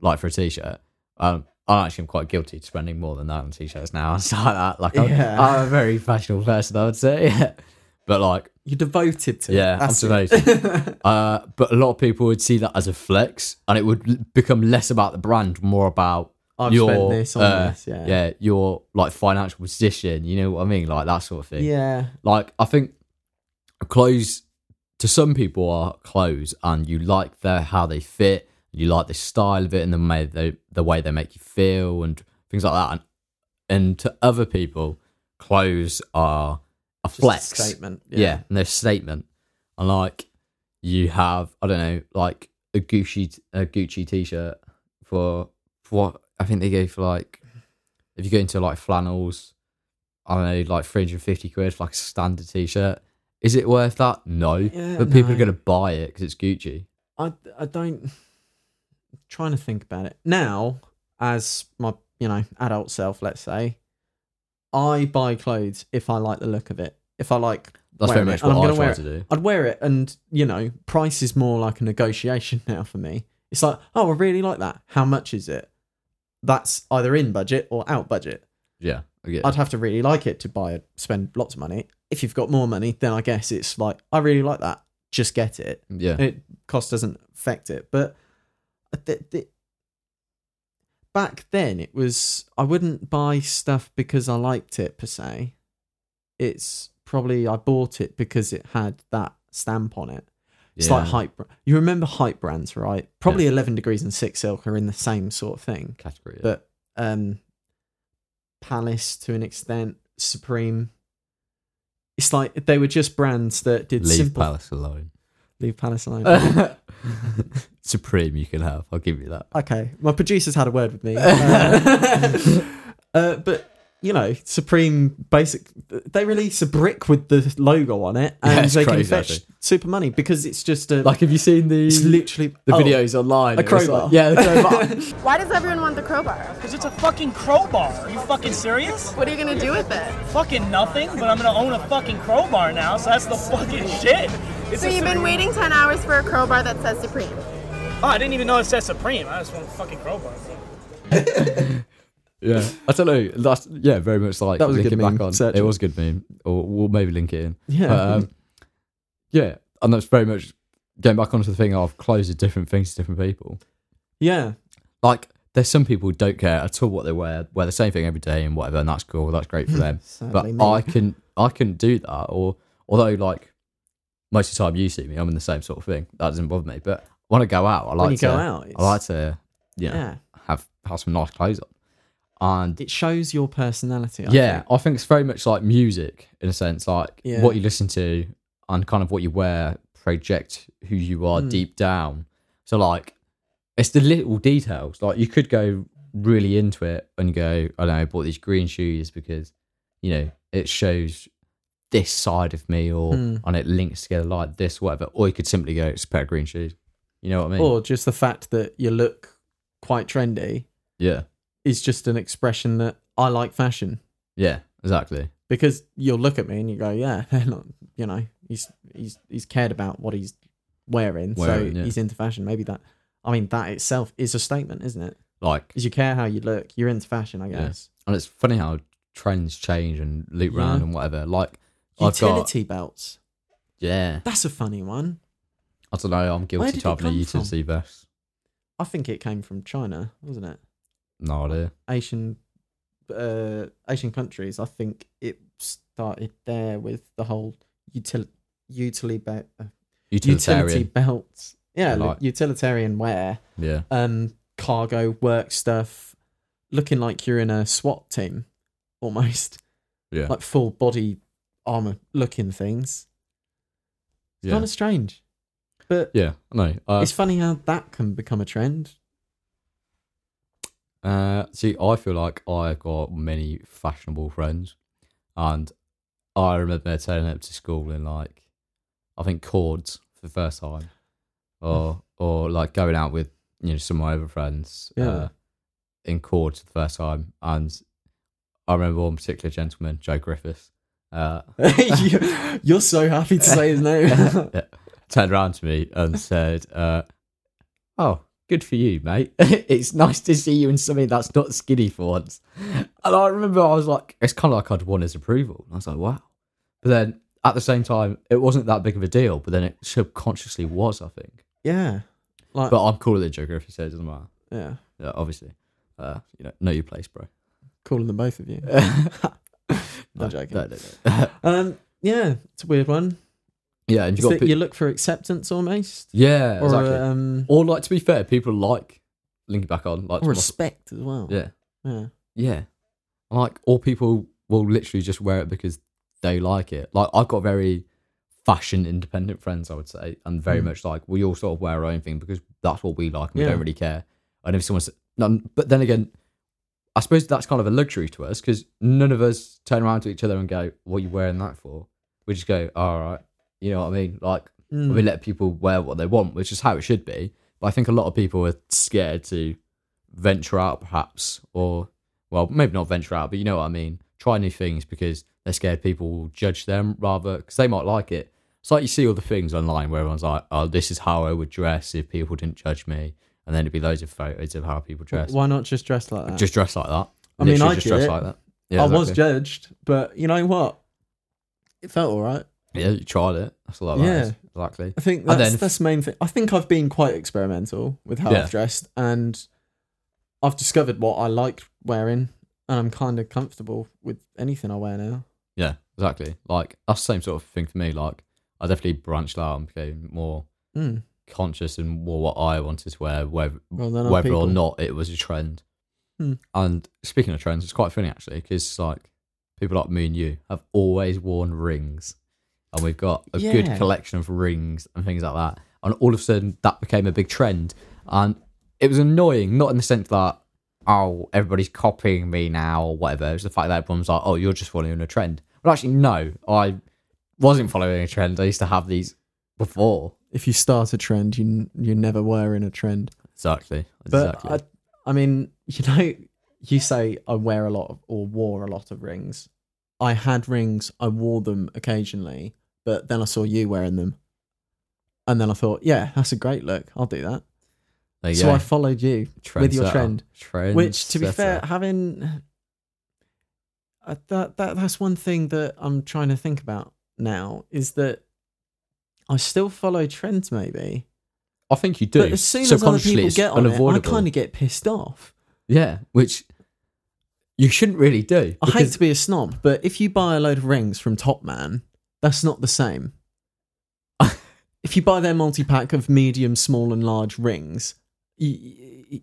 S1: like for a t shirt. Um, I actually am quite guilty to spending more than that on t shirts now and stuff like that. Like, I'm,
S2: Yeah.
S1: I'm a very fashionable person, I would say. But like,
S2: You're devoted to
S1: Yeah,
S2: it. That's
S1: I'm
S2: it.
S1: uh, but a lot of people would see that as a flex, and it would l- become less about the brand, more about
S2: I've
S1: Your,
S2: spent this on
S1: uh,
S2: this. Yeah.
S1: yeah, your like financial position. You know what I mean, like that sort of thing.
S2: Yeah.
S1: Like I think clothes to some people are clothes, and you like their how they fit, you like the style of it, and the way they the way they make you feel, and things like that. And and to other people, clothes are a
S2: Just a
S1: flex.
S2: statement.
S1: yeah. and their statement. And like you have, I don't know, like a Gucci a Gucci t shirt for, for what I think they go for like if you go into like flannels, I don't know, like three hundred and fifty quid for like a standard t shirt. Is it worth that? No,
S2: Yeah,
S1: but people
S2: no.
S1: are gonna buy it because it's Gucci.
S2: I I don't I'm trying to think about it. Now, as my you know, adult self, let's say, I buy clothes if I like the look of it. If I like
S1: That's
S2: wearing
S1: very much
S2: it, and
S1: what
S2: I'm
S1: I
S2: gonna wear
S1: try
S2: it.
S1: to do.
S2: I'd wear it and you know, price is more like a negotiation now for me. It's like, oh I really like that. How much is it? That's either in budget or out budget.
S1: Yeah, I get it.
S2: I'd have to really like it to buy it, spend lots of money. If you've got more money, then I guess it's like, I really like that. Just get it
S1: yeah,
S2: and it cost doesn't affect it. But th- th- back then, it was I wouldn't buy stuff because I liked it per se. It's probably I bought it because it had that stamp on it. It's like
S1: Yeah.
S2: hype. br- You remember hype brands, right? Probably Eleven Degrees and Six Silk are in the same sort of thing,
S1: category. Yeah.
S2: but um, Palace to an extent, Supreme. It's like they were just brands that did
S1: Leave
S2: simple.
S1: Palace alone.
S2: Leave Palace alone.
S1: Supreme, you can have. I'll give you that.
S2: Okay, my producer's had a word with me. Uh, uh, but you know, Supreme basic they release a brick with the logo on it,
S1: Yeah,
S2: and
S1: it's
S2: they can
S1: crazy,
S2: fetch
S1: actually.
S2: super money because it's just a
S1: Like, have you seen the
S2: it's literally
S1: the
S2: oh,
S1: videos online?
S2: a
S1: It was
S2: crowbar.
S1: like- yeah, the crowbar.
S3: Why does everyone want the crowbar?
S4: Because it's a fucking crowbar. Are you fucking serious?
S3: What are you gonna do with it?
S4: Fucking nothing, but I'm gonna own a fucking crowbar now, so that's the fucking shit. It's
S3: So
S4: a
S3: you've been
S4: Supreme-
S3: waiting 10 hours for a crowbar that says Supreme.
S4: Oh, I didn't even know it said Supreme. I just want a fucking crowbar.
S1: yeah, I don't know. That's yeah, very much like
S2: That was a
S1: link
S2: good
S1: it back
S2: meme.
S1: on.
S2: Search
S1: it
S2: it.
S1: was a good meme, or we'll maybe link it in.
S2: Yeah.
S1: um, yeah, and that's very much going back onto the thing of clothes are different things to different people.
S2: Yeah,
S1: Like, there's some people who don't care at all what they wear, wear the same thing every day and whatever, and that's cool. That's great for them. but
S2: Sadly me.
S1: I can I can do that. Or although like most of the time you see me, I'm in the same sort of thing. That doesn't bother me. But when I go out, I like
S2: you
S1: to
S2: go out,
S1: I like to you know,
S2: yeah.
S1: have have some nice clothes on. And
S2: It shows your personality. I
S1: yeah,
S2: think.
S1: I think it's very much like music in a sense, like
S2: Yeah.
S1: what you listen to and kind of what you wear project who you are
S2: Hmm.
S1: deep down. So like it's the little details. Like you could go really into it and go, I don't know, I bought these green shoes because, you know, it shows this side of me or
S2: Hmm.
S1: and it links together like this, whatever. Or you could simply go, it's a pair of green shoes. You know what I mean?
S2: Or just the fact that you look quite trendy
S1: yeah.
S2: is just an expression that I like fashion.
S1: Yeah, exactly.
S2: because you'll look at me and you go, yeah, they're not, you know, he's he's he's cared about what he's wearing,
S1: Wearing,
S2: so
S1: yeah.
S2: he's into fashion. Maybe that, I mean, that itself is a statement, isn't it?
S1: Like
S2: Because you care how you look, you're into fashion, I
S1: Yeah.
S2: guess.
S1: and it's funny how trends change and loop round
S2: Yeah.
S1: and whatever. Like I've got,
S2: Utility belts.
S1: yeah.
S2: That's a funny one.
S1: I don't know. I'm
S2: Where
S1: guilty
S2: did
S1: to
S2: it
S1: having a
S2: come from?
S1: utility vest.
S2: I think it came from China, wasn't it?
S1: No idea.
S2: Asian, uh, Asian countries. I think it started there with the whole util- utility belt, uh,
S1: Utilitarian.
S2: utility belts. Yeah,
S1: Yeah,
S2: like,
S1: like-
S2: utilitarian wear.
S1: Yeah.
S2: um, cargo work stuff, looking like you're in a SWAT team, almost
S1: Yeah.
S2: like full body armor looking things. It's
S1: yeah.
S2: kind of strange, but
S1: yeah. No. Uh,
S2: it's funny how that can become a trend.
S1: uh, see, I feel like I've got many fashionable friends, and I remember turning up to school in like, I think cords for the first time, or or like going out with you know some of my other friends,
S2: Yeah.
S1: uh, in cords for the first time, and I remember one particular gentleman, Joe Griffiths, uh,
S2: You- you're so happy to say his name.
S1: Yeah. turned around to me and said, uh, "Oh, good for you, mate. it's nice to see you in something that's not skinny for once." And I remember I was like, "It's kind of like I'd won his approval." And I was like, "Wow." But then at the same time, it wasn't that big of a deal, but then it subconsciously was, I think.
S2: Yeah. Like
S1: But I'm cooler than Joker if he says it doesn't matter.
S2: yeah.
S1: Yeah, obviously. Uh, you know, know your place, bro.
S2: Cooler than both of you.
S1: No,
S2: I'm joking.
S1: no, no, no.
S2: Um yeah, it's a weird one.
S1: yeah, and you
S2: So
S1: got pe-
S2: you look for acceptance almost.
S1: yeah,
S2: or
S1: exactly.
S2: um
S1: or like to be fair, people like linking back on like
S2: or
S1: to muscle-
S2: respect as well.
S1: yeah,
S2: Yeah.
S1: yeah. Like, or people will literally just wear it because they like it. Like, I've got very fashion independent friends, I would say, and very much like we all sort of wear our own thing because that's what we like and we
S2: Yeah.
S1: don't really care. And if someone's none, but then again, I suppose that's kind of a luxury to us because none of us turn around to each other and go, "What are you wearing that for?" We just go, "All right," you know what I mean? Like, we let people wear what they want, which is how it should be. But I think a lot of people are scared to venture out, perhaps, or well, maybe not venture out, but you know what I mean. Try new things because they're scared people will judge them rather because they might like it. It's like you see all the things online where everyone's like, "Oh, this is how I would dress if people didn't judge me," and then it'd be loads of photos of how people dress.
S2: Why not just dress like that?
S1: Just dress like that.
S2: I mean,
S1: Literally
S2: I
S1: just
S2: did
S1: dress
S2: it.
S1: like that. Yeah,
S2: I was
S1: exactly.
S2: judged, but you know what? It felt all right.
S1: yeah, you tried it. That's all that matters.
S2: Yeah.
S1: exactly.
S2: I think
S1: And
S2: that's
S1: then-
S2: that's the main thing. I think I've been quite experimental with how
S1: Yeah.
S2: I've dressed, and I've discovered what I liked wearing, and I'm kind of comfortable with anything I wear now.
S1: Yeah, exactly. Like that's the same sort of thing for me. Like I definitely branched out and became more
S2: Mm.
S1: conscious and more what I wanted to wear, whether,
S2: Rather than other
S1: whether or
S2: people.
S1: not it was a trend.
S2: Hmm.
S1: And speaking of trends, it's quite funny actually because like people like me and you have always worn rings, and we've got a good
S2: Yeah.
S1: collection of rings and things like that. And all of a sudden, that became a big trend, and it was annoying. Not in the sense that oh everybody's copying me now or whatever. It was the fact that everyone's like oh you're just following a trend. But actually, no, I wasn't following a trend. I used to have these before.
S2: If you start a trend, you n- you never were in a trend.
S1: Exactly.
S2: But
S1: exactly.
S2: I, I mean, you know, you say I wear a lot of, or wore a lot of rings. I had rings. I wore them occasionally, but then I saw you wearing them, and then I thought, yeah, that's a great look. I'll do that.
S1: There you
S2: So
S1: go.
S2: I followed you with your
S1: Trendsetter.
S2: trend.
S1: Trendsetter.
S2: Which, to be fair, having I, that that that's one thing that I'm trying to think about now is that I still follow trends, maybe,
S1: I think you do.
S2: but as soon as other people
S1: it's
S2: get on it, I
S1: unavoidable.
S2: kind of get pissed off.
S1: yeah, which you shouldn't really do.
S2: I hate
S1: because-
S2: to be a snob, but if you buy a load of rings from Top Man, that's not the same. if you buy their multi pack of medium, small, and large rings, y- y-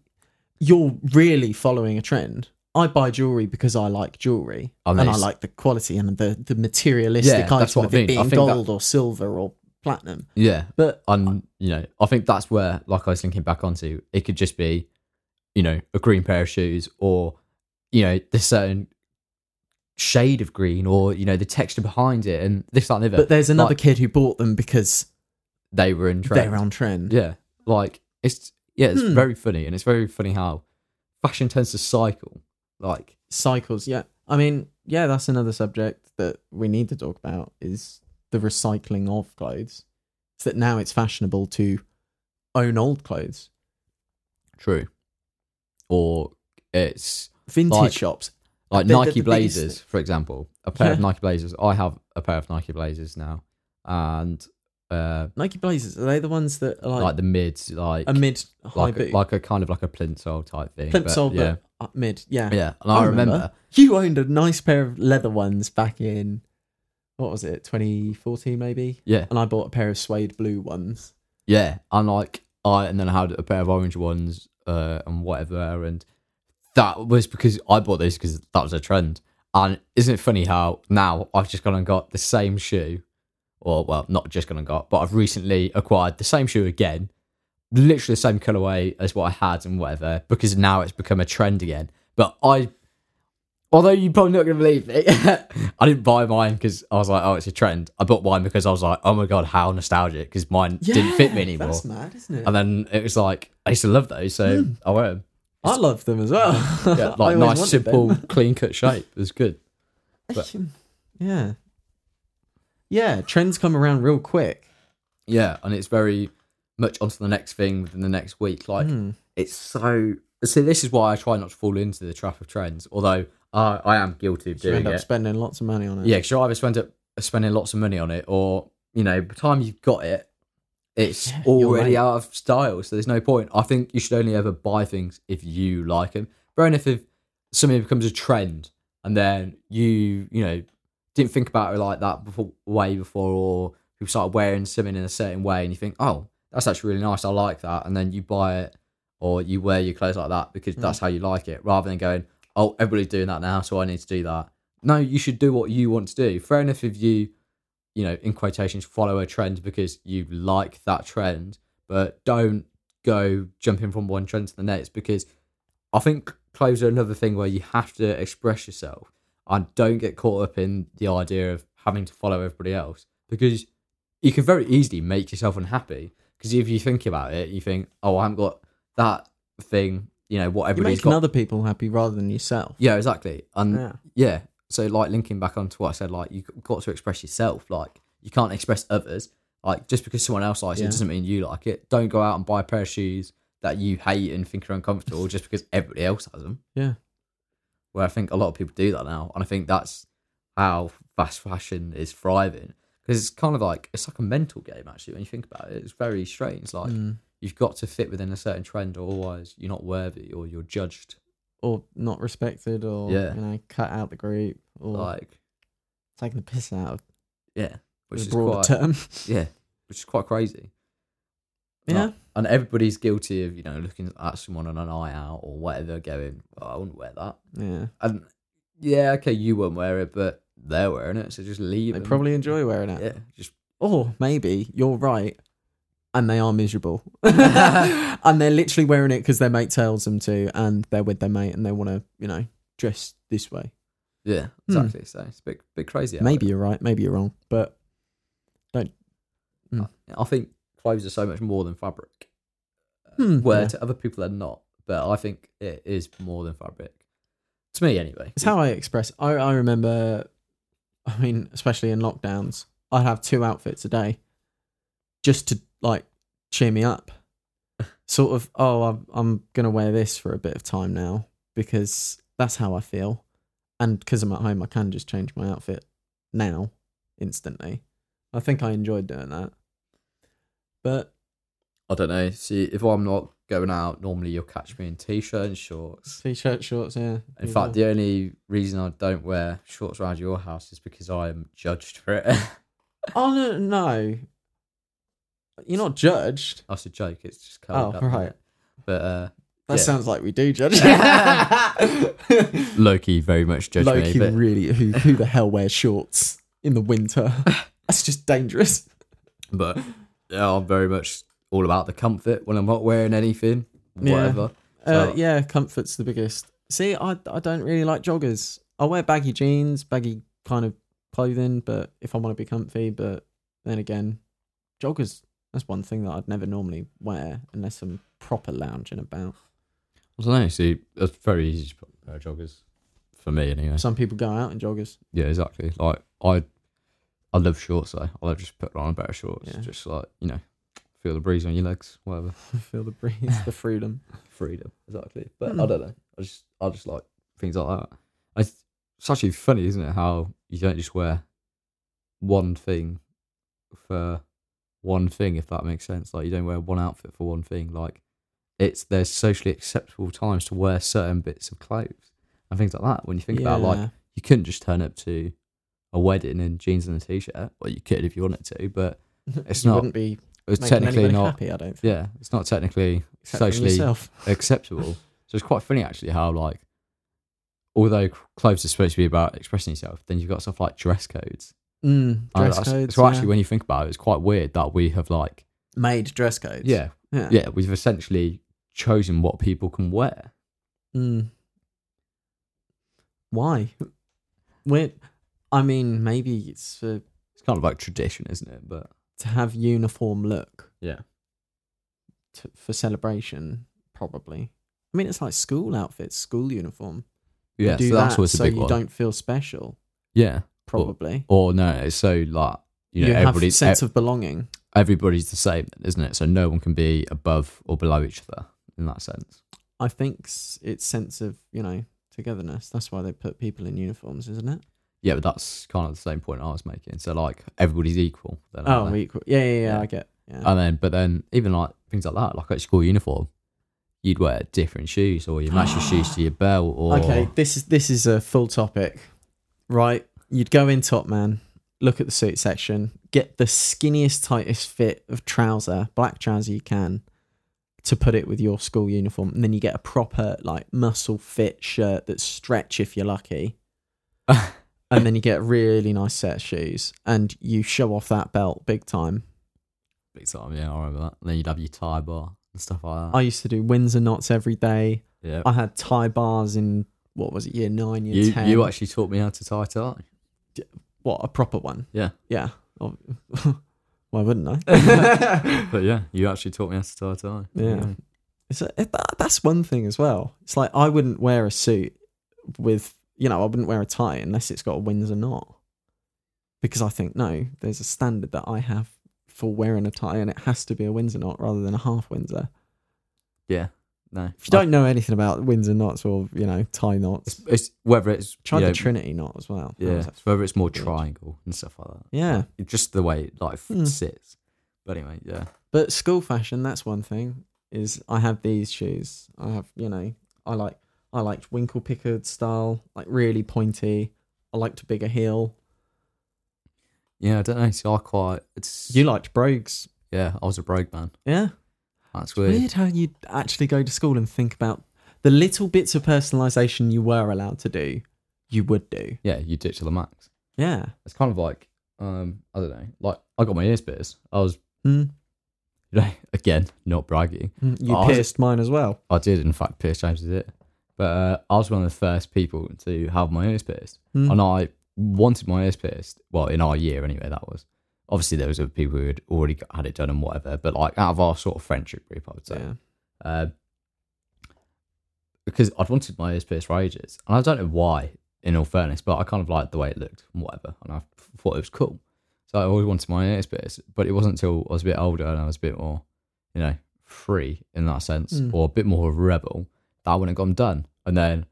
S2: you're really following a trend. I buy jewelry because I like jewelry,
S1: I mean,
S2: and I
S1: it's-
S2: like the quality and the the materialistic
S1: Yeah, that's
S2: item
S1: what
S2: of
S1: I
S2: it
S1: mean. I
S2: being
S1: think that-
S2: gold or silver or platinum.
S1: yeah,
S2: But
S1: and you know, I think that's where, like I was thinking back onto, it could just be, you know, a green pair of shoes, or you know, the certain shade of green, or you know, the texture behind it, and this that, and the other.
S2: but there's another
S1: Like,
S2: kid who bought them because
S1: they were in trend.
S2: they're on Hmm. trend.
S1: Yeah, like it's yeah, it's very funny, and it's very funny how fashion tends to cycle. Like
S2: cycles yeah i mean yeah that's another subject that we need to talk about is the recycling of clothes it's that now it's fashionable to own old clothes
S1: True. Or it's
S2: vintage
S1: Like-
S2: shops
S1: like
S2: The- the-
S1: Nike
S2: the biggest
S1: Blazers, for example. A pair of
S2: Yeah.
S1: Nike Blazers. I have a pair of Nike Blazers now, and uh,
S2: nike blazers are they the ones that are
S1: like,
S2: like,
S1: the mids, like
S2: a mid high
S1: like
S2: boot
S1: a, like a kind of like a plinthole type thing. but
S2: plimsoll
S1: yeah,
S2: but up mid yeah
S1: yeah. And I, remember.
S2: you owned a nice pair of leather ones back in what was it 2014 maybe
S1: yeah,
S2: and i bought a pair of suede blue ones
S1: yeah. And like I, and then I had a pair of orange ones uh, and whatever, and that was because I bought those because that was a trend. And isn't it funny how now I've just gone and got the same shoe, or well, not just gone and got, but I've recently acquired the same shoe again, literally the same colorway as what I had and whatever, because now it's become a trend again. But I, although you're probably not going to believe me, I didn't buy mine because I was like, oh, it's a trend. I bought mine because I was like, oh my god, how nostalgic, because mine didn't fit me
S2: Yeah,
S1: anymore.
S2: that's mad Hmm. isn't it
S1: And then it was like, I used to love those, so I wear them.
S2: i love them as well
S1: Yeah,
S2: I
S1: like
S2: always
S1: nice,
S2: wanted
S1: simple,
S2: them.
S1: clean cut shape. It was good. But-
S2: yeah. Yeah, trends come around real quick.
S1: Yeah, and it's very much onto the next thing within the next week. Like it's so. So this is why I try not to fall into the trap of trends. Although I I am guilty of
S2: You
S1: doing
S2: end up
S1: it.
S2: spending lots of money on it.
S1: Yeah, because I either spend up spending lots of money on it, or you know, by the time you've got it, it's
S2: Yeah, you're
S1: already
S2: right.
S1: out of style. So there's no point. I think you should only ever buy things if you like them. But only if, if something becomes a trend and then you you know didn't think about it like that before, way before, or you start wearing something in a certain way, and you think, oh, that's actually really nice. I like that, and then you buy it or you wear your clothes like that
S2: Hmm.
S1: because that's how you like it, rather than going, oh, everybody's doing that now, so I need to do that. No, you should do what you want to do. Fair enough if you, you know, in quotations, follow a trend because you like that trend, but don't go jumping from one trend to the next because I think clothes are another thing where you have to express yourself and don't get caught up in the idea of having to follow everybody else because you can very easily make yourself unhappy because if you think about it, you think, oh, I haven't got that thing, you know, what
S2: You're
S1: everybody's
S2: making
S1: got.
S2: other people happy rather than yourself.
S1: Yeah, exactly. And yeah.
S2: Yeah.
S1: so like linking back onto what I said, like you've got to express yourself. Like you can't express others. Like just because someone else likes it
S2: Yeah.
S1: doesn't mean you like it. Don't go out and buy a pair of shoes that you hate and think are uncomfortable just because everybody else has them.
S2: Yeah.
S1: Where I think a lot of people do that now, and I think that's how fast fashion is thriving because it's kind of like it's like a mental game actually when you think about it. It's very strange. Like
S2: Hmm.
S1: you've got to fit within a certain trend, or otherwise you're not worthy or you're judged.
S2: Or not respected, or
S1: Yeah.
S2: you know, cut out the group, or
S1: Like
S2: taking the piss out of
S1: Yeah, which
S2: the
S1: is
S2: broader
S1: quite
S2: term.
S1: yeah, which is quite crazy.
S2: yeah,
S1: Like, and everybody's guilty of you know looking at someone on an eye out or whatever, going, oh, "I wouldn't wear that."
S2: yeah.
S1: And yeah, okay, you won't wear it, but they're wearing it, so just leave.
S2: They
S1: them.
S2: probably enjoy wearing it.
S1: yeah, just
S2: Or maybe you're right, and they are miserable, and they're literally wearing it because their mate tells them to, and they're with their mate, and they want to, you know, dress this way.
S1: yeah, exactly. So it's a bit bit crazy. how
S2: Hmm. maybe you're right, maybe you're wrong, but
S1: it- I think clothes are so much more than fabric. uh,
S2: hmm,
S1: Where
S2: yeah.
S1: to other people they're not, but I think it is more than fabric. To me, anyway.
S2: It's how I express. I, I remember, I mean, especially in lockdowns, I'd have two outfits a day just to like cheer me up. Sort of, oh, I'm, I'm going to wear this for a bit of time now because that's how I feel. And because I'm at home, I can just change my outfit now instantly. I think I enjoyed doing that. But
S1: I don't know. See, if I'm not going out, normally you'll catch me in t-shirt and shorts.
S2: t shirt, shorts, yeah.
S1: In
S2: you
S1: fact,
S2: know.
S1: the only reason I don't wear shorts around your house is because I am judged for it.
S2: Oh, no, no. You're not judged.
S1: That's a joke. It's just cold.
S2: Oh,
S1: up, isn't
S2: right.
S1: it? But uh, Yeah.
S2: That sounds like we do judge.
S1: Loki very much judged
S2: Loki
S1: me. But
S2: really, who, who the hell wears shorts in the winter? That's just dangerous.
S1: but yeah, I'm very much all about the comfort when I'm not wearing anything,
S2: Yeah.
S1: whatever.
S2: Uh,
S1: So-
S2: yeah, comfort's the biggest. See, I, I don't really like joggers. I wear baggy jeans, baggy kind of clothing, but if I want to be comfy, but then again, joggers, that's one thing that I'd never normally wear unless I'm proper lounging about.
S1: I don't know. See, it's very easy to put a pair of joggers for me, anyway.
S2: Some people go out in joggers.
S1: Yeah, exactly. Like I, I love shorts. Though. I love just putting on a pair of shorts,
S2: Yeah.
S1: just like you know, feel the breeze on your legs, whatever.
S2: Feel the breeze, the freedom.
S1: freedom. Exactly. But
S2: Hmm.
S1: I don't know. I just I just like things like that. It's, it's actually funny, isn't it, how you don't just wear one thing for one thing, if that makes sense. Like you don't wear one outfit for one thing. Like it's there's socially acceptable times to wear certain bits of clothes and things like that. When you think about
S2: Yeah.
S1: like you couldn't just turn up to a wedding in jeans and a t shirt. Well you could if you wanted to, but it's
S2: you
S1: not
S2: wouldn't be
S1: it's
S2: making
S1: technically
S2: anybody
S1: not
S2: happy, I don't think.
S1: yeah, it's not technically
S2: Except for
S1: socially
S2: yourself.
S1: acceptable. So it's quite funny actually how like, although clothes are supposed to be about expressing yourself, then you've got stuff like dress codes.
S2: Mm,
S1: And
S2: dress
S1: that's-
S2: codes.
S1: So actually,
S2: yeah.
S1: when you think about it, it's quite weird that we have like,
S2: made dress codes.
S1: yeah,
S2: yeah.
S1: yeah, we've essentially chosen what people can wear.
S2: Mm. Why? When I mean, maybe it's for
S1: It's kind of like tradition, isn't it? But
S2: to have uniform look
S1: yeah,
S2: to, for celebration, probably. I mean, it's like school outfits, school uniform. You
S1: yeah.
S2: do
S1: so that's
S2: that
S1: always a
S2: so
S1: big
S2: you
S1: one.
S2: don't feel special.
S1: yeah,
S2: Probably.
S1: or no, it's so like you know
S2: you have a
S1: everybody's
S2: sense of belonging.
S1: everybody's the same, isn't it? So no one can be above or below each other in that sense.
S2: I think s- it's sense of you know togetherness. That's why they put people in uniforms, isn't it?
S1: Yeah, but that's kind of the same point I was making. So like everybody's equal. Then,
S2: Oh,
S1: aren't they?
S2: equal. Yeah, yeah, yeah,
S1: Yeah.
S2: I get. Yeah.
S1: and then but then even like things like that, like at school uniform, you'd wear different shoes or you match your shoes to your belt or
S2: Okay, this is this is a full topic, right? You'd go in Top Man, look at the suit section, get the skinniest, tightest fit of trouser, black trouser you can, to put it with your school uniform, and then you get a proper like muscle fit shirt that's stretch if you're lucky, and then you get a really nice set of shoes, and you show off that belt big time.
S1: big time. Yeah, I remember that. And then you'd have your tie bar and stuff like that.
S2: I used to do Windsor knots every day.
S1: yeah,
S2: I had tie bars in what was it, year nine, year
S1: you
S2: ten.
S1: you actually taught me how to tie tie.
S2: what a proper one.
S1: Yeah,
S2: Yeah. Oh, Why wouldn't I?
S1: but yeah, you actually taught me how to tie tie.
S2: Yeah. It's a, it, that- that's one thing as well. It's like I wouldn't wear a suit with, you know, I wouldn't wear a tie unless it's got a Windsor knot. Because I think, no, there's a standard that I have for wearing a tie and it has to be a Windsor knot rather than a half Windsor.
S1: yeah. No,
S2: If you don't know anything about Windsor knots or, you know, tie knots,
S1: it's whether it's
S2: try
S1: you
S2: the
S1: know,
S2: Trinity knot as well. That
S1: Yeah,
S2: was a-
S1: whether it's more
S2: weird.
S1: triangle and stuff like that.
S2: Yeah.
S1: It's just the way it like f-
S2: Mm.
S1: sits. But anyway, yeah.
S2: But school fashion, that's one thing. Is I have these shoes. I have, you know, I like I liked Winkle Pickard style, like really pointy. I liked a bigger heel.
S1: Yeah, I don't know. See, I quite. It's
S2: You liked brogues.
S1: yeah. I was a broke man.
S2: Yeah.
S1: That's weird.
S2: Weird how you actually go to school and think about the little bits of personalization you were allowed to do, you would do.
S1: Yeah, you do it to the max.
S2: Yeah.
S1: It's kind of like um, I don't know. Like I got my ears pierced. I was
S2: Mm.
S1: again not bragging.
S2: Mm, You
S1: Oh, I was-
S2: pierced mine as well.
S1: I did in fact pierce James's ear, but uh, I was one of the first people to have my ears pierced,
S2: Mm.
S1: and I wanted my ears pierced. Well, in our year anyway, that was. Obviously, there was other people who had already got, had it done and whatever, but like out of our sort of friendship group, I would say.
S2: yeah.
S1: uh, because I'd wanted my ears pierced for ages, and I don't know why. In all fairness, but I kind of liked the way it looked and whatever, and I thought it was cool. So I always wanted my ears pierced, but it wasn't until I was a bit older and I was a bit more, you know, free in that sense,
S2: Mm.
S1: or a bit more of a rebel that I wouldn't have gone done. And then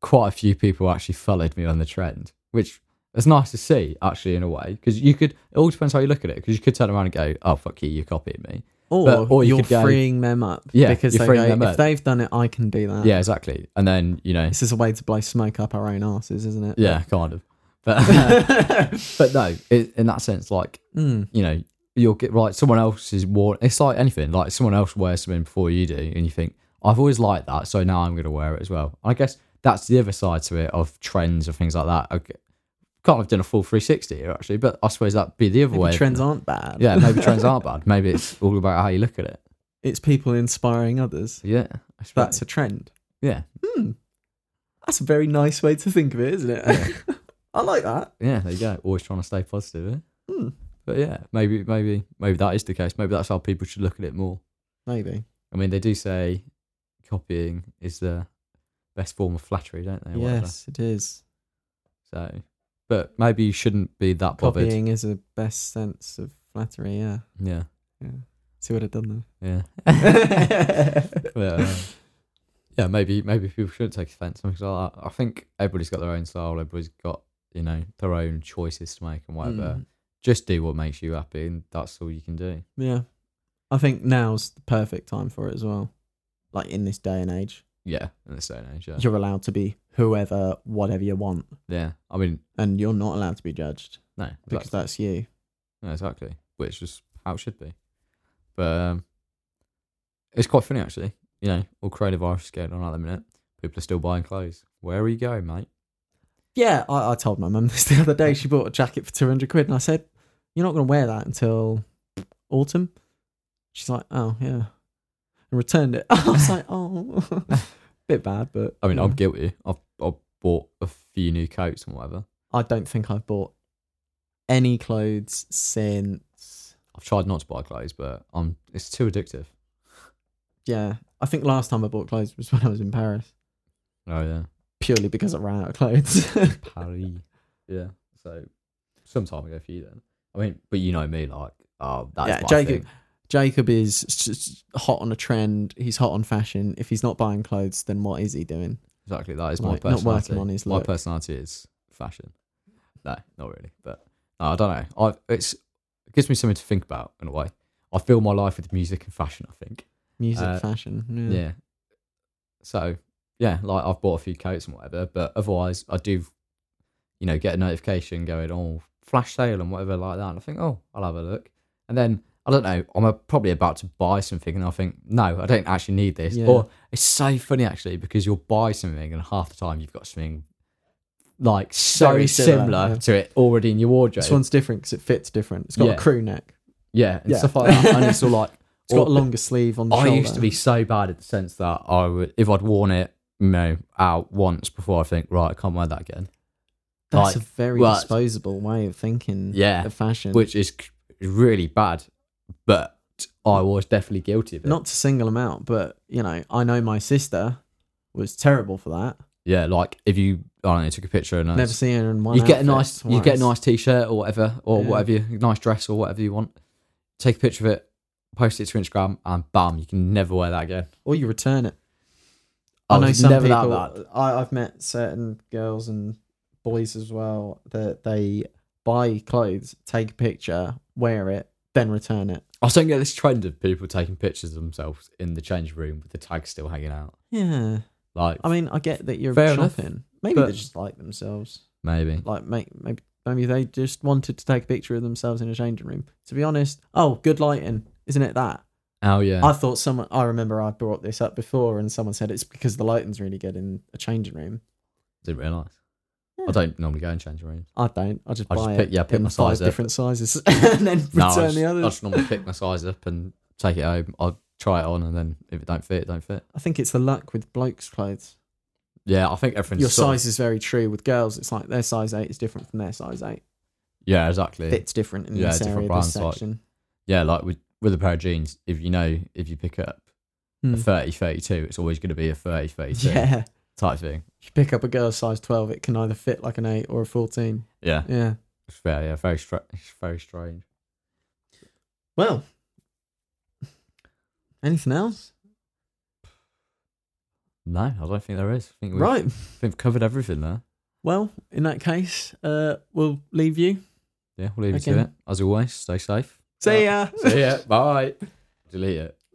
S1: quite a few people actually followed me on the trend, which is nice to see actually in a way because you could. It all depends how you look at it because you could turn around and go, "Oh fuck you, you copied me."
S2: Or,
S1: But- or you
S2: you are
S1: could go-
S2: freeing them up.
S1: Yeah,
S2: Because
S1: you're
S2: they
S1: freeing
S2: go,
S1: them
S2: if
S1: up."
S2: they've done it, I can do that.
S1: Yeah, exactly. And then you know,
S2: This is a way to blow smoke up our own asses, isn't it?
S1: Yeah, kind of. But but no, it, in that sense, like
S2: Hmm.
S1: you know, you'll get like someone else is worn. It's like anything. Like someone else wears something before you do, and you think I've always liked that, so now I'm going to wear it as well. I guess that's the other side to it of trends and things like that. I g- can't have done a full 360 here actually, but I suppose that'd be the other way.
S2: Maybe
S1: of-
S2: trends aren't bad.
S1: Yeah, maybe trends aren't bad. Maybe it's all about how you look at it.
S2: It's people inspiring others.
S1: Yeah, I suppose.
S2: That's a trend.
S1: yeah,
S2: That's a very nice way to think of it, isn't it? I like that.
S1: yeah, there you go. Always trying to stay positive. Eh?
S2: Hmm.
S1: But yeah, maybe, maybe, maybe that is the case. Maybe that's how people should look at it more.
S2: Maybe.
S1: I mean, they do say copying is the best form of flattery, don't they? or whatever.
S2: Yes, it is.
S1: So, but maybe you shouldn't be that bothered.
S2: Copying is a best sense of flattery, yeah.
S1: Yeah,
S2: See what I've done Hmm.
S1: yeah,
S2: there.
S1: but,
S2: um,
S1: uh, yeah. Maybe, maybe people shouldn't take offence. and things like that. I think everybody's got their own style. Everybody's got you know their own choices to make and whatever.
S2: Mm.
S1: Just do what makes you happy, and that's all you can do.
S2: yeah. I think now's the perfect time for it as well. Like in this day and age,
S1: Yeah, in this day and age. Yeah,
S2: you're allowed to be whoever, whatever you want,
S1: yeah. I mean,
S2: and you're not allowed to be judged
S1: no,
S2: because
S1: that's-
S2: that's you.
S1: Yeah, exactly. Which is how it should be. But um, it's quite funny, actually. You know, all coronavirus is going on at the minute. People are still buying clothes. Where are you going, mate?
S2: Yeah, I, I told my mum this the other day. She bought a jacket for 200 quid, and I said, You're not going to wear that until autumn. She's like, Oh, yeah. And returned it. I was like, Oh, bit bad, but.
S1: I mean,
S2: you
S1: I'm
S2: know,
S1: guilty. I've, I've bought a few new coats and whatever.
S2: I don't think I've bought any clothes since.
S1: I've tried not to buy clothes, but I'm, it's too addictive.
S2: Yeah, I think last time I bought clothes was when I was in Paris,
S1: Oh, yeah.
S2: purely because I ran out of clothes.
S1: Paris. yeah. So, some time ago for you then. I mean, but you know me, like, oh, that's
S2: yeah,
S1: my
S2: Jacob.
S1: thing.
S2: Jacob is just hot on a trend. He's hot on fashion. If he's not buying clothes, then what is he doing?
S1: Exactly. That is my
S2: Like, not working
S1: personality.
S2: on his
S1: my
S2: look.
S1: personality is fashion. No, not really. But no, I don't know. I it's it gives me something to think about in a way. I fill my life with music and fashion. I think.
S2: Music,
S1: Uh,
S2: fashion.
S1: Yeah.
S2: Yeah.
S1: So yeah, like I've bought a few coats and whatever, but otherwise I do, you know, get a notification going, oh, flash sale and whatever like that, and I think, oh, I'll have a look, and then. I don't know. I'm uh, probably about to buy something, and I think, no, I don't actually need this.
S2: Yeah.
S1: Or it's so funny actually because you'll buy something, and half the time you've got something like so
S2: Very
S1: similar,
S2: similar, yeah.
S1: to it already in your wardrobe.
S2: This one's different because it fits different. It's got
S1: Yeah.
S2: a crew neck.
S1: Yeah, and
S2: Yeah.
S1: stuff like that. And it's all like
S2: It's got
S1: or-
S2: a longer sleeve on the
S1: I
S2: shoulder.
S1: used to be so bad at the sense that I would if I'd worn it, you know, out once before I think, right, I can't wear that again.
S2: That's
S1: like,
S2: a very
S1: well,
S2: disposable way of thinking.
S1: Yeah,
S2: Of fashion.
S1: Which is c- really bad. But I was definitely guilty of it.
S2: not to single them out, but you know, I know my sister was terrible for that.
S1: yeah, like if you I don't know, took a picture and uh,
S2: Never seen her in one.
S1: you get a
S2: outfit
S1: nice you get a
S2: twice.
S1: nice t shirt or whatever or
S2: Yeah.
S1: whatever you nice dress or whatever you want. Take a picture of it, post it to Instagram and bam, you can never wear that again.
S2: or you return it.
S1: I
S2: I know
S1: was
S2: some
S1: never that
S2: people.
S1: bad.
S2: I, I've met certain girls and boys as well that they buy clothes, take a picture, wear it, then return it.
S1: I don't get this trend of people taking pictures of themselves in the change room with the tag still hanging out.
S2: Yeah,
S1: Like
S2: I mean, I get that you're
S1: Fair enough,
S2: shopping. maybe
S1: but-
S2: they just like themselves.
S1: maybe.
S2: Like maybe, maybe maybe they just wanted to take a picture of themselves in a changing room. To be honest, oh, good lighting, isn't it? That
S1: Oh yeah.
S2: I thought someone. I remember I brought this up before, and someone said it's because the lighting's really good in a changing room.
S1: Didn't realise. I don't normally go and change rooms.
S2: I don't. I just
S1: I
S2: buy
S1: just
S2: it
S1: pick- yeah, pick
S2: in
S1: my
S2: five
S1: size up.
S2: different sizes and then
S1: No, I
S2: return
S1: just,
S2: the
S1: I
S2: others.
S1: just normally pick my size up and take it home. I'll try it on and then if it don't fit, it don't fit.
S2: I think it's the luck with blokes' clothes.
S1: Yeah, I think everything's
S2: Your
S1: sort of-
S2: size is very true with girls. It's like their size eight is different from their size eight.
S1: Yeah, exactly.
S2: Fits different in
S1: Yeah,
S2: this
S1: different
S2: area,
S1: brands,
S2: this
S1: like-
S2: section.
S1: Yeah, like with with a pair of jeans, if you know if you pick up a
S2: Hmm.
S1: 30 32, it's always going to be a 30 32
S2: yeah,
S1: type thing.
S2: you pick up a girl's size twelve, it can either fit like an eight or a fourteen.
S1: Yeah.
S2: Yeah.
S1: It's fair, yeah, very stra- it's very strange.
S2: Well, anything else?
S1: No, I don't think there is. I think we've,
S2: Right.
S1: I think we've covered everything there.
S2: Well, in that case, uh, we'll leave you.
S1: Yeah, we'll leave you
S2: Okay.
S1: to it. As always, stay safe.
S2: See ya.
S1: See ya. Bye. Delete it.